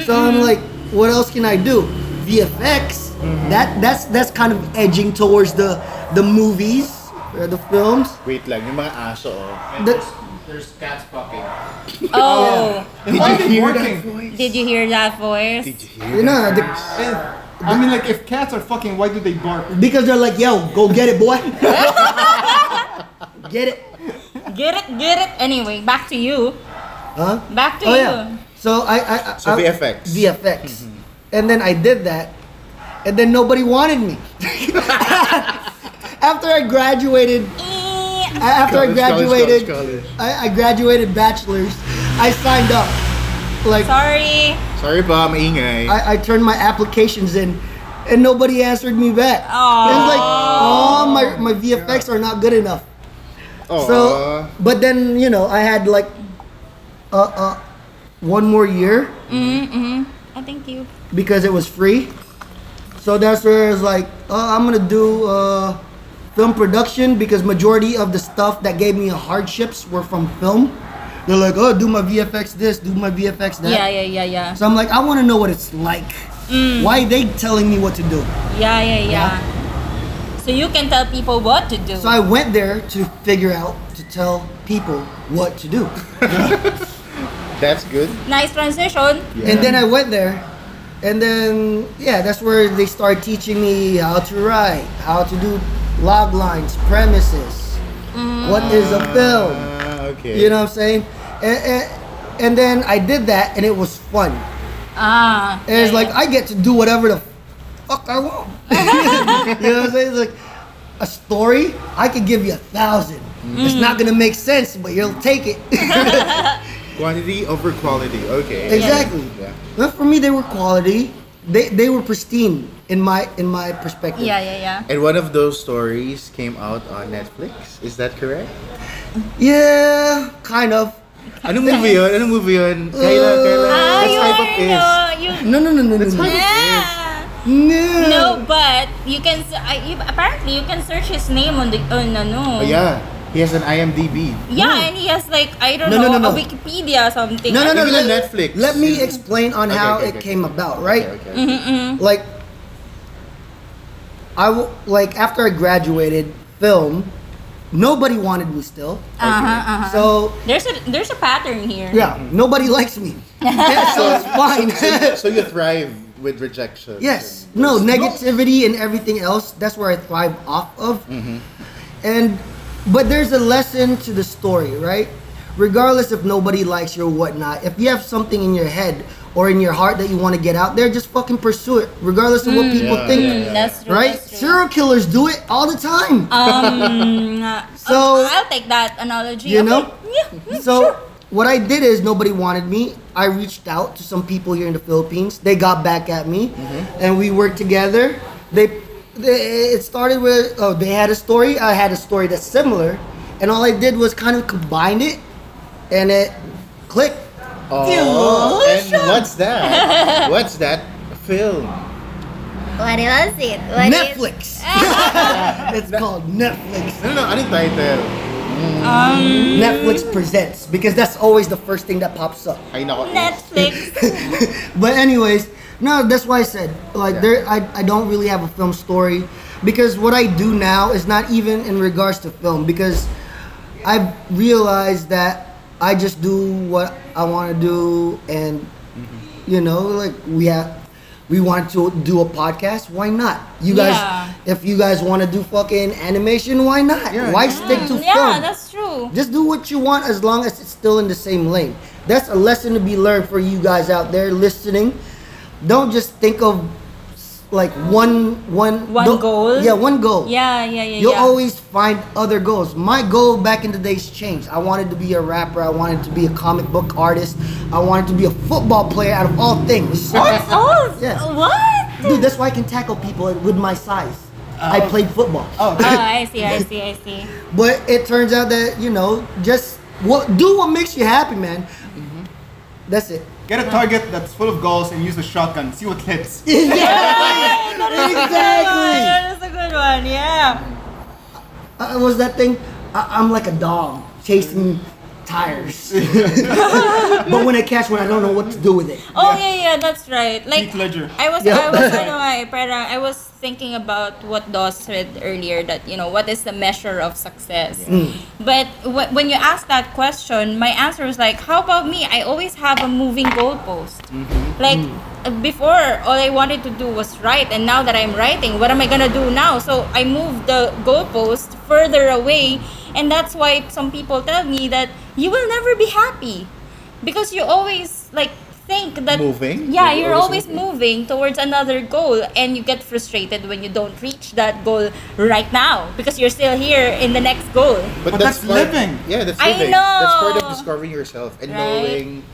S3: So I'm like, what else can I do? VFX.
S5: Mm-hmm.
S3: That that's that's kind of edging towards the the movies or the films.
S5: Wait lang, yung mga aso. Oh.
S3: The-
S5: There's cats fucking.
S2: Oh.
S4: Did you hear working?
S2: Did you hear that voice?
S5: Did you hear?
S3: you know, the,
S4: I mean, like, if cats are fucking, why do they bark?
S3: because they're like, yo, go get it, boy. get it,
S2: Get it, get it. Anyway, back to you.
S3: huh?
S2: Back to
S3: Oh
S2: you.
S3: yeah. So I, I, I
S5: So
S3: I-
S5: VFX.
S3: VFX, and then I did that, and then nobody wanted me. After I graduated,
S2: Eh,
S3: I- after I
S5: College, college,
S3: graduated,
S5: college, college.
S3: I, I graduated bachelor's. I signed up. Like
S2: Sorry.
S5: Sorry pa, maingay.
S3: I, I turned my applications in, and nobody answered me back. It was like, oh, my my VFX are not good enough.
S5: Aw.
S3: So, but then you know, I had like a, a uh, one more year
S2: Mm-mm. Oh, thank you.
S3: because it was free. So that's where it's like, oh, I'm gonna do uh, film production because majority of the stuff that gave me hardships were from film. They're like, oh, do my VFX this, do my VFX that.
S2: Yeah, yeah, yeah, yeah.
S3: So I'm like, I want to know what it's like. Why they telling me what to do?
S2: Yeah, yeah, yeah. So you can tell people what to do.
S3: So I went there to figure out to tell people what to do.
S5: That's good.
S2: nice transition.
S3: And then I went there, and then yeah, that's where they start teaching me how to write, how to do log lines, premises, what is a film.
S5: Ah, okay.
S3: You know what I'm saying? And, and, and then I did that, and it was fun.
S2: Ah.
S3: And it's
S2: yeah,
S3: like I get to do whatever the fuck I want. you know what I'm saying? It's like a story, I could give you a thousand. It's not gonna make sense, but you'll take it.
S5: Quantity over quality. Okay.
S3: Exactly.
S5: Yeah.
S3: But for me, they were quality. They they were pristine in my in my perspective.
S2: yeah, yeah, yeah.
S5: And one of those stories came out on Netflix. Is that correct?
S3: Yeah, kind of.
S5: Ano movie yun? Ano movie yun? Kayla,
S3: Uh,
S5: Kayla.
S2: Ah,
S5: That's
S2: you
S5: Hype Up
S2: are,
S5: Is.
S2: no, you,
S3: No, no, no, no, no. no.
S2: yeah.
S3: No.
S2: No, but you can. s- I, you, apparently, you can search his name on the on ano.
S5: Oh, yeah. He has an IMDb.
S2: Yeah, and he has like I don't
S3: No, no,
S2: know a
S3: no, no.
S2: Wikipedia or something.
S3: No, no, no.
S5: Even on
S3: Let,
S5: Netflix.
S3: let me explain
S5: Okay,
S3: on how
S5: okay,
S3: it
S5: okay,
S3: came
S5: okay.
S3: about, right?
S5: Okay, okay.
S2: Mm-hmm.
S3: Like, I w- like after I graduated film, nobody wanted me still.
S2: Uh huh. Uh-huh.
S3: So
S2: There's a there's a pattern here.
S3: yeah, nobody likes me. Yeah, so it's fine.
S5: So you thrive with rejection.
S3: Yes. No, negativity and everything else, that's where I thrive off of.
S5: Mm-hmm.
S3: And but there's a lesson to the story, right? Regardless if nobody likes you or whatnot, if you have something in your head or in your heart that you want to get out there, just fucking pursue it. Regardless of what people
S5: Yeah,
S3: think.
S5: yeah,
S2: Mm. That's true.
S3: Right?
S2: That's true.
S3: Serial killers do it all the time.
S2: Um.
S3: So-
S2: so I'll take that analogy.
S3: You
S2: Okay.
S3: know?
S2: Yeah. mm,
S3: so
S2: sure.
S3: what I did is nobody wanted me. I reached out to some people here in the Philippines. They got back at me, and we worked together. They, they, it started with oh they had a story. I had a story that's similar, and all I did was kind of combine it, and it clicked.
S5: Oh, and what's that? What's that film?
S2: What was it? What
S3: Netflix. it's called Netflix.
S5: No, no, no. Anong title?
S3: Netflix presents because that's always the first thing that pops up.
S5: Ay, nako.
S2: Netflix.
S3: but anyways, no, that's why I said like there I, I don't really have a film story because what I do now is not even in regards to film because I've realized that I just do what I want to do and
S2: Mm-hmm.
S3: you know like we have we want to do a podcast why not you guys
S2: Yeah.
S3: if you guys want to do fucking animation why not why stick to
S2: yeah,
S3: film
S2: that's true.
S3: just do what you want as long as it's still in the same lane. That's a lesson to be learned for you guys out there listening. Don't just think of like one one
S2: One
S3: don't-
S2: goal?
S3: Yeah, one goal.
S2: Yeah, yeah, yeah.
S3: You'll
S2: yeah.
S3: always find other goals. My goal back in the days changed. I wanted to be a rapper. I wanted to be a comic book artist. I wanted to be a football player out of all things.
S2: What? Oh,
S3: Yeah.
S2: what?
S3: Dude, that's why I can tackle people with my size. I played football.
S2: Oh, I see, I see, I see.
S3: But it turns out that you know, just what do what makes you happy, man.
S2: Mm-hmm.
S3: That's it.
S4: Get a target that's full of goals and use a shotgun. See what hits.
S3: exactly.
S2: That is Oh, a good one, yeah.
S3: Uh, was that thing? I, I'm like a dog chasing tires, but when I catch one, I don't know what to do with it.
S2: Oh yeah, yeah, that's right. Like
S4: Heath Ledger.
S2: I was,
S3: Yeah.
S2: I was, ano, eh, parang I was thinking about what Dos said earlier that you know what is the measure of success. But wh- when you ask that question, my answer was like, how about me? I always have a moving goalpost.
S4: Mm-hmm.
S2: Like uh, before, all I wanted to do was write, and now that I'm writing, what am I gonna do now? So I move the goalpost further away, and that's why some people tell me that you will never be happy because you always like think that
S5: Moving?
S2: yeah
S5: You're
S2: you're
S5: always
S2: always moving towards another goal and you get frustrated when you don't reach that goal right now because you're still here in the next goal
S5: But,
S4: But
S5: that's,
S4: that's
S5: part-
S4: living.
S5: Yeah, that's
S2: I
S5: living. That's part of
S2: know.
S5: discovering yourself and
S2: Right.
S5: knowing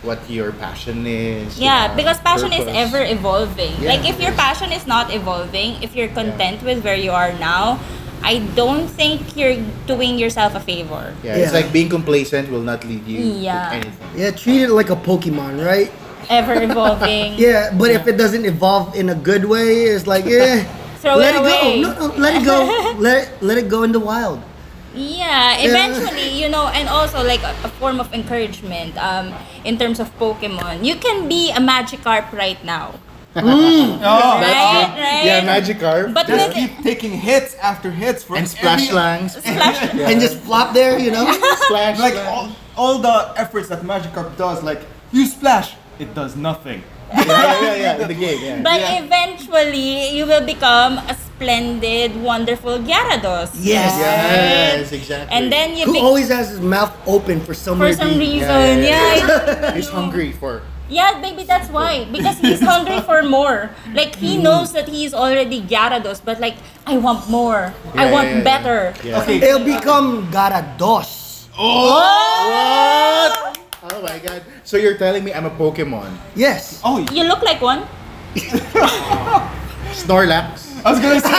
S5: what your passion is.
S2: yeah
S5: your
S2: because passion is
S5: purpose.
S2: ever evolving
S5: Yeah,
S2: like if your passion is not evolving if you're content with where you are now I don't think you're doing yourself a favor.
S5: Yeah, it's
S3: Yeah.
S5: like being complacent will not lead you
S2: Yeah.
S5: to anything.
S3: Yeah, treat it like a Pokemon, right?
S2: Mm-hmm. Ever evolving.
S3: Yeah, but if it doesn't evolve in a good way, it's like eh,
S2: Throw
S3: let
S2: it
S3: it,
S2: away.
S3: go. No, no, let it go. let it, let it go in the wild.
S2: Yeah, eventually, you know, and also like a, a form of encouragement um, in terms of Pokemon. You can be a Magikarp right now.
S4: Oh,
S2: right? Right?
S5: uh, Yeah, Magikarp.
S2: But
S4: just
S2: with
S4: keep taking hits after hits for
S5: and splash
S4: every-
S5: langs.
S2: Splash-
S3: And just flop there, you know.
S5: Splash
S4: Like
S5: Lang.
S4: all, all the efforts that Magikarp does, like you splash, it does nothing.
S5: yeah, yeah, yeah, in the game. Yeah.
S2: But eventually, you will become a splendid, wonderful Gyarados.
S3: Yes.
S5: Yes, exactly.
S2: And then you
S3: Who
S2: be-
S3: always has his mouth open for some
S2: for some
S3: reason?
S2: reason,
S5: yeah, yeah.
S2: yeah,
S5: he's hungry for.
S2: yeah, maybe that's why because he's hungry for more. Like he
S5: Mm.
S2: knows that he's already Gyarados, but like I want more. I
S5: Yeah,
S2: want
S5: yeah, yeah.
S2: better.
S5: Yeah.
S4: Okay.
S3: It'll become Garados.
S2: Oh!
S5: Oh my god. So you're telling me I'm a Pokemon?
S3: Yes.
S4: Oh,
S2: You look like one.
S5: Snorlax.
S4: I was gonna say.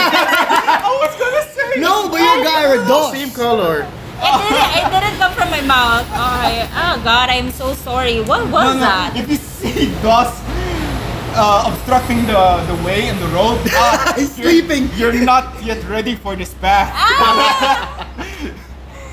S4: I was gonna say.
S3: No, but you're
S5: Same
S3: Gyarados.
S5: color.
S2: It didn't, it didn't come from my mouth. Okay. Oh God, I'm so sorry. What was
S4: No, no,
S2: that?
S4: If you see Dos uh, obstructing the, the way and the road, uh,
S3: He's sleeping.
S4: you're not yet ready for this path.
S2: Ah!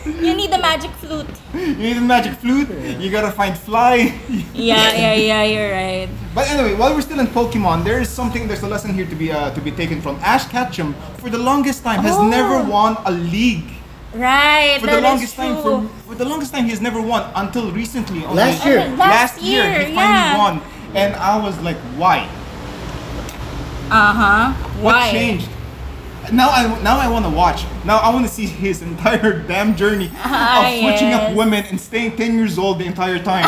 S2: you need the magic flute.
S4: You need a magic flute. You gotta find fly.
S2: Yeah, yeah, yeah. You're right.
S4: But anyway, while we're still in Pokemon, there is something. There's a lesson here to be uh, to be taken from Ash Ketchum. For the longest time, has never won a league.
S2: Right. Oh.
S4: For
S2: that
S4: the
S2: is
S4: longest time,
S2: true.
S4: for, for the longest time, he's never won until recently. only-
S3: Last year.
S2: Last
S4: Last year,
S2: year,
S4: he
S2: yeah.
S4: finally won, and I was like, why?
S2: Uh huh.
S4: What
S2: Why?
S4: changed? Now I now I want to watch. Now I want to see his entire damn journey
S2: Ah,
S4: of switching
S2: yes.
S4: up women and staying 10 years old the entire time.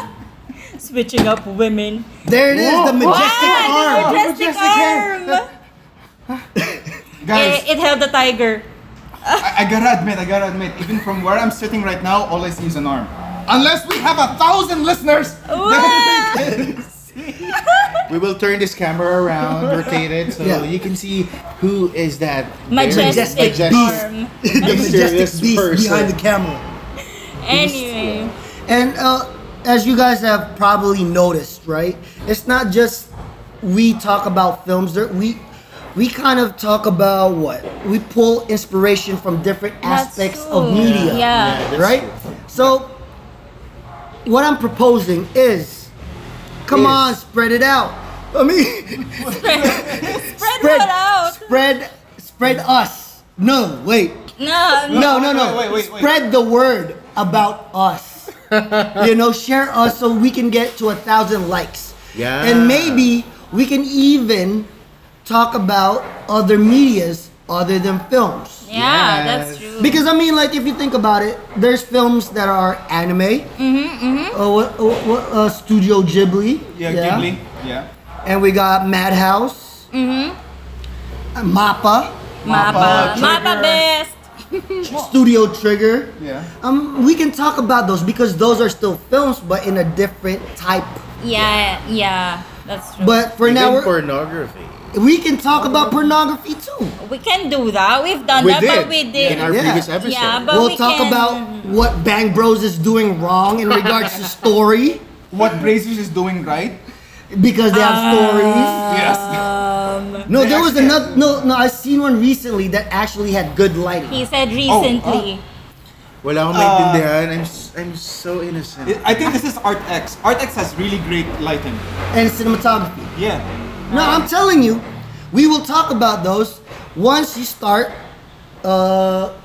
S2: Switching up women.
S3: There it is, the majestic arm.
S2: Ah, the majestic arm. Eh,
S4: Guys,
S2: It, it held the tiger.
S4: I, I gotta admit, I gotta admit, even from where I'm sitting right now, all I see is an arm. Unless we have a thousand listeners,
S2: Wow.
S5: We will turn this camera around, rotate it, so
S3: Yeah.
S5: you can see who is that very
S2: Majestic,
S5: majestic,
S2: arm.
S3: The
S5: mysterious
S3: majestic beast
S5: person.
S3: behind the camera.
S2: Anyway.
S3: And uh, as you guys have probably noticed, right? It's not just we talk about films. There, we we kind of talk about what we pull inspiration from different
S2: That's
S3: aspects
S2: true.
S3: of media.
S2: Yeah.
S5: Yeah, that's
S3: right?
S5: true.
S3: So, what I'm proposing is, come
S5: Is.
S3: on, spread it out. I mean,
S2: Spread, spread
S3: spread,
S2: it out.
S3: spread, spread us. No, wait,
S2: No, no.
S3: no, no, no.
S4: wait, wait, wait.
S3: Spread the word about us. you know, share us so we can get to a thousand likes.
S5: Yeah.
S3: And maybe we can even talk about other medias other than films.
S2: Yeah, that's true.
S3: Because I mean, like if you think about it, there's films that are anime. Mm-hmm. mm-hmm. Uh, what, what, what, uh, Studio Ghibli.
S4: yeah, Ghibli, yeah.
S3: And we got Madhouse. Mm-hmm. Mappa.
S2: Mapa.
S4: Mapa,
S2: Mapa
S4: trigger.
S2: best.
S3: Studio Trigger.
S4: Yeah.
S3: Um, we can talk about those because those are still films, but in a different type.
S2: Yeah, yeah. That's true.
S3: But for
S5: Even
S3: now, we're,
S5: pornography.
S3: we can talk about pornography too.
S2: we can do that. We've done
S5: We
S2: that,
S5: did,
S2: but we did.
S5: in our
S3: Yeah.
S5: previous episode.
S2: Yeah, but
S3: we'll
S2: we
S3: talk
S2: can-
S3: about what Bang Bros is doing wrong in regards to story
S4: What Brazos is doing right?
S3: because they have
S2: Uh,
S3: stories.
S4: yes.
S2: um,
S3: No, there was another. No, no, I seen one recently that actually had good lighting.
S2: He
S5: Oh,
S2: said
S5: uh,
S2: recently.
S5: Wala akong maintindihan. I'm s- I'm so innocent.
S4: I think this is Art X. Art X has really great lighting.
S3: and cinematography.
S4: Yeah.
S3: No, I'm telling you, we will talk about those once you start uh,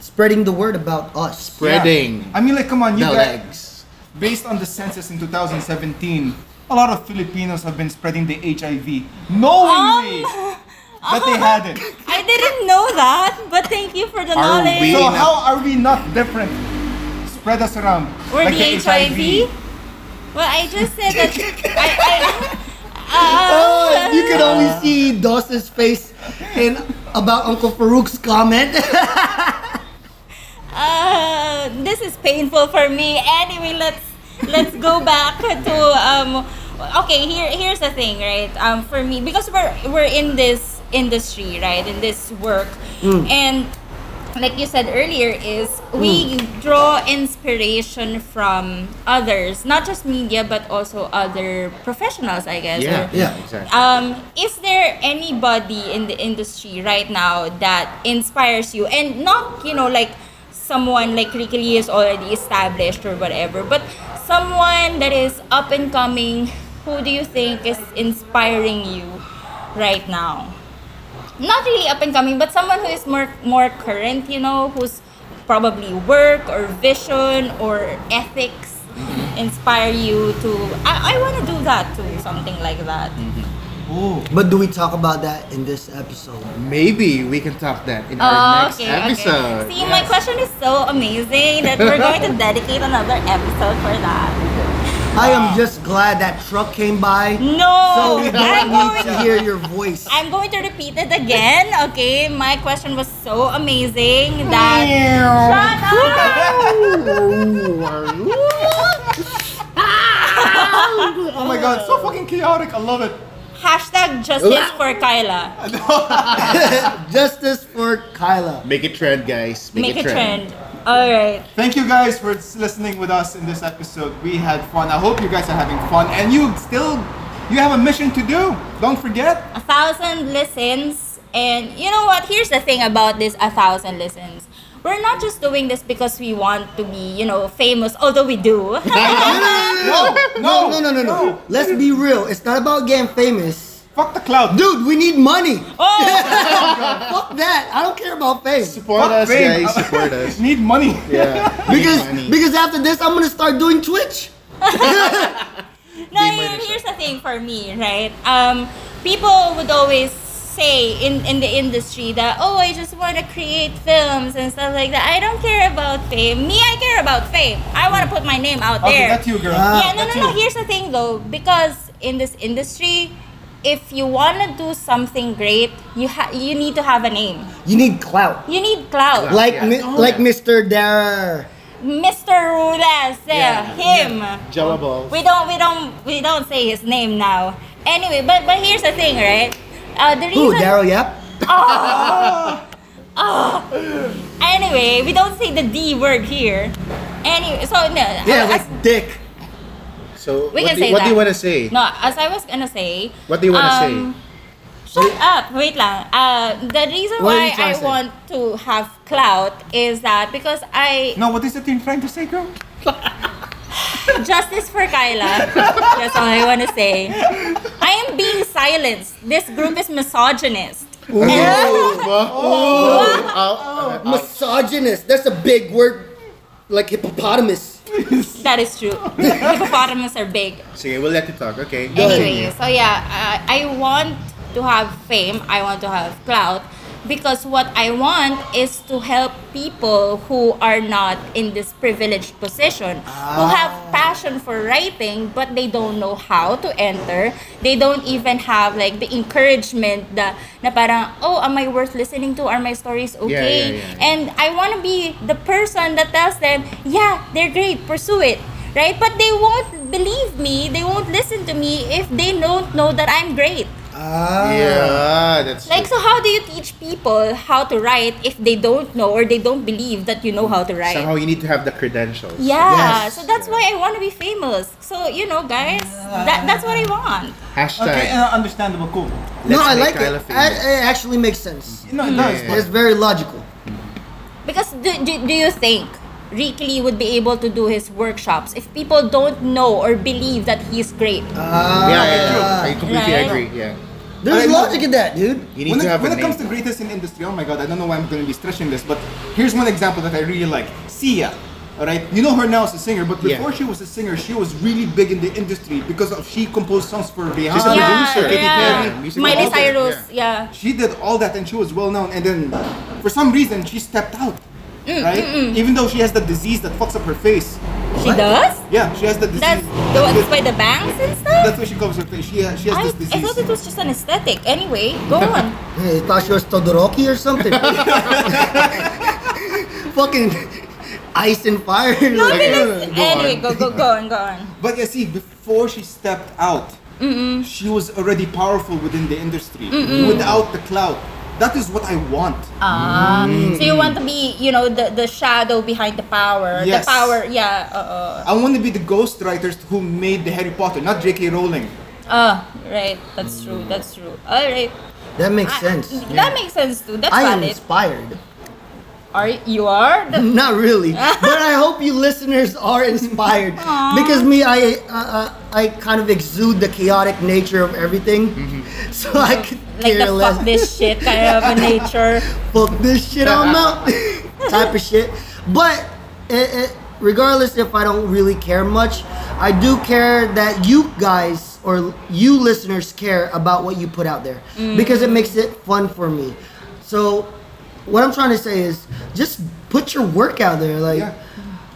S3: spreading the word about us.
S5: Spreading.
S4: Yeah. I mean, like, come on, you
S5: the
S4: guys.
S5: legs.
S4: Based on the census in 2017, a lot of Filipinos have been spreading the HIV, knowingly that they had it.
S2: I didn't know that, but thank you for the
S5: Are
S2: knowledge.
S5: we-
S4: So
S5: Enough.
S4: how are we not different? Spread us around.
S2: Or
S4: Like
S2: the HIV? Well, I just said that. I, I,
S3: Oh,
S2: uh,
S3: you can only see Dawson's face in about Uncle Farouk's comment.
S2: uh, this is painful for me. Anyway, let's let's go back to um. Okay, here here's the thing, right? Um, for me, because we're we're in this industry, right? In this work. And like you said earlier is we draw inspiration from others, not just media but also other professionals, I guess. or-
S5: Yeah, yeah, exactly.
S2: um, is there anybody in the industry right now that inspires you and not you know like someone like Ricky Lee is already established or whatever but someone that is up and coming who do you think is inspiring you right now not really up and coming but someone who is more more current you know who's probably work or vision or ethics inspire you to I, I want to do that too something like that
S3: But do we talk about that in this episode?
S5: Maybe we can talk that
S2: Oh,
S5: in our next episode.
S2: See, my
S5: Yes.
S2: question is so amazing that we're going to dedicate another episode for that.
S3: I am just glad that truck came by.
S2: No,
S3: So we
S2: I'm
S3: don't need
S2: going.
S3: to hear your voice.
S2: I'm going to repeat it again. Okay, my question was so amazing that. Shut up!
S4: Oh my god, so fucking chaotic. I love it.
S2: Hashtag justice for Kyla.
S3: Justice for Kyla.
S5: Make it trend, guys. Make,
S2: Make a trend. All right.
S4: Thank you guys for listening with us in this episode. We had fun. I hope you guys are having fun and you still you have a mission to do. Don't forget.
S2: a thousand listens and you know what here's the thing about this a thousand listens we're not just doing this because we want to be you know famous although we do
S4: No,
S3: No, no, no, no, no. Let's be real. It's not about getting famous.
S4: Fuck the cloud.
S3: Dude, we need money.
S2: oh
S3: Fuck that. I don't care about fame.
S5: Support
S4: Fuck
S5: us,
S4: fame.
S5: guys. Support us.
S4: Need money.
S5: Yeah.
S3: Because
S5: Money.
S3: because after this I'm gonna start doing Twitch.
S2: no here- here's the thing for me right um people would always say in in the industry that oh i just want to create films and stuff like that i don't care about fame me i care about fame i want to put my name out
S4: Okay,
S2: there
S4: that's you, girl.
S5: Ah.
S2: yeah, no,
S4: Uh, That's
S2: no, no.
S4: you.
S2: Here's the thing, though, because in this industry, if you want to do something great, you ha- you need to have a name.
S3: You need clout.
S2: You need clout.
S3: Like
S5: yeah.
S3: mi- like Mr. Dara.
S2: Mr. Rulas, yeah, him.
S5: Java balls.
S2: We don't, we don't, we don't say his name now. Anyway, but but here's the thing, right? Uh, the
S3: Who?
S2: reason.
S3: Daryl Yap?
S2: Anyway, we don't say the D word here. Anyway, so no.
S3: Yeah,
S2: as-
S3: like Dick.
S5: So
S2: We
S5: what,
S2: can
S5: do,
S2: say
S5: what do
S2: that.
S5: you want to say?
S2: No, as I was gonna say.
S5: What do you wanna say?
S2: Um, Shut up! Wait lang. Uh, the reason
S3: What are
S2: why
S3: you trying
S2: I
S3: to say?
S2: want to have clout is that because I
S4: No, what is it you're trying to say, girl?
S2: justice for Kyla. That's all I wanna say. I am being silenced. This group is misogynist.
S5: Oh, oh,
S2: Um,
S5: oh, oh, oh.
S3: Misogynist. That's a big word. Like hippopotamus.
S2: That is true. Hippopotamus are big.
S5: Sige, we'll let you talk. Okay.
S2: anyway, so yeah, uh, I want to have fame. I want to have clout because what I want is to help people who are not in this privileged position, who have passion for writing but they don't know how to enter. They don't even have like the encouragement that na parang oh, am I worth listening to? Are my stories
S5: yeah,
S2: okay?
S5: yeah, yeah.
S2: And I want to be the person that tells them, yeah, they're great, pursue it, right? But they won't believe me, they won't listen to me if they don't know that I'm great.
S5: Yeah, that's
S2: Like, so how do you teach people how to write if they don't know or they don't believe that you know how to write?
S5: somehow you need to have the credentials.
S2: yeah,
S3: Yes.
S2: so that's why I want to be famous. So, you know, guys, that, that's what I want.
S5: Hashtag.
S4: Okay, uh, understandable. Cool.
S3: no, I
S5: make
S3: like
S5: Kyla
S3: it.
S5: famous.
S3: I- it actually makes sense.
S4: No, it does.
S5: Yeah.
S3: It's very logical.
S2: Because do, do, do you think Rick Lee would be able to do his workshops if people don't know or believe that he's great?
S4: uh,
S5: yeah, yeah, yeah. I completely
S2: Right.
S5: agree. Yeah.
S3: There's
S4: I know.
S3: logic in that, dude.
S5: You need
S4: When
S5: to
S4: it,
S5: have
S4: when
S5: a
S4: it comes to
S5: name.
S4: greatest in industry, oh my god, I don't know why I'm going to be stretching this, but here's one example that I really like. Sia, all right? You know her now as a singer, but
S5: Yeah.
S4: before she was a singer, she was really big in the industry because of she composed songs for Rihanna.
S5: She's a
S2: yeah,
S5: producer, Katy
S2: yeah.
S5: Perry, music
S2: Miley
S5: composer,
S2: Cyrus, yeah.
S4: She did all that and she was well known, and then for some reason she stepped out,
S2: Mm,
S4: right? Even though she has the disease that fucks up her face.
S2: She does?
S4: Yeah, she has the disease.
S2: That's the one that's by the bangs and stuff?
S4: That's why she covers her face. She, uh, she has
S2: I,
S4: this
S2: I thought
S4: disease.
S2: it was just an aesthetic. Anyway, go on.
S3: Hey, you thought she was Todoroki or something. Fucking ice and fire.
S2: No,
S3: Like,
S2: because, anyway, go, go, go on, go on.
S4: But you see, before she stepped out,
S2: Mm,
S4: She was already powerful within the industry without the clout. That is what I want.
S2: Ah, so you want to be, you know, the the shadow behind the power. The
S4: Yes.
S2: power, yeah, uh, oo.
S4: I want to be the ghostwriters who made the Harry Potter, not J.K. Rowling.
S2: Ah, right. That's true. That's true. All right.
S3: That makes
S2: Ah,
S3: sense.
S2: That makes sense too. That's
S3: I am
S2: valid.
S3: inspired.
S2: Are you are? The,
S3: Not really, but I hope you listeners are inspired because me, I uh, uh, I kind of exude the chaotic nature of everything,
S5: Mm-hmm.
S3: so I could
S2: like
S3: care
S2: the
S3: less.
S2: fuck this shit kind of a nature.
S3: fuck this shit, I'm out type of shit. But it, it, regardless if I don't really care much, I do care that you guys or you listeners care about what you put out there because it makes it fun for me. So what I'm trying to say is just put your work out there. Like,
S4: Yeah.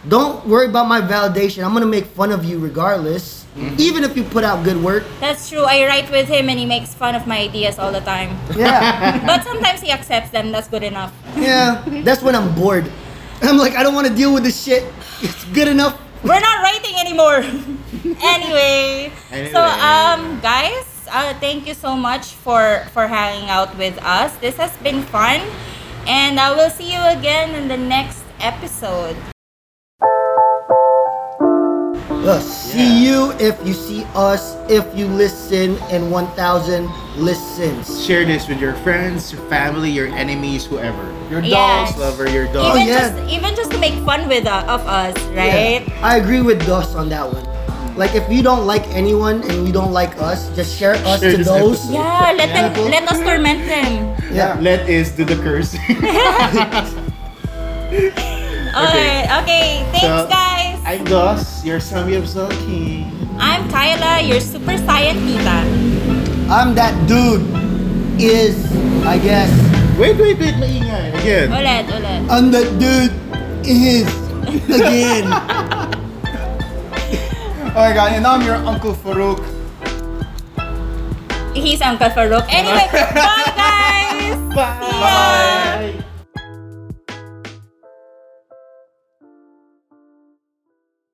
S3: don't worry about my validation. I'm gonna make fun of you regardless, even if you put out good work.
S2: That's true. I write with him and he makes fun of my ideas all the time.
S3: Yeah,
S2: But sometimes he accepts them. That's good enough.
S3: yeah. That's when I'm bored. I'm like, I don't want to deal with this shit. It's good enough.
S2: We're not writing anymore. anyway, so um, guys, uh, thank you so much for for hanging out with us. This has been fun, and I will see you again in the next episode.
S3: Uh, see you if you see us, if you listen, and 1,000 listens.
S5: Share this with your friends, your family, your enemies, whoever. Your
S2: Yes.
S5: dogs lover, your
S4: Oh,
S5: dog.
S2: Even
S3: yeah.
S2: just even just to make fun with uh, of us, right?
S3: I agree with Dos on that one. Like, if you don't like anyone and you don't like us, just share us
S5: Share
S3: to
S5: this
S3: those.
S5: episode.
S2: Yeah, let them let us torment them.
S3: Yeah.
S5: Let is do the curse.
S2: Alright, okay. Thanks,
S5: So,
S2: guys.
S5: I'm Gus, your Samyamsal King.
S2: I'm Kyla, your super saiyan tita.
S3: I'm that dude. Is, I guess.
S5: Wait, wait, wait, maingay. Again.
S2: Ulit, ulit.
S3: I'm that dude. Is. Again.
S4: Alright guys, and I'm your Uncle Farouk.
S2: He's Uncle Farouk. Anyway, bye, guys. See ya.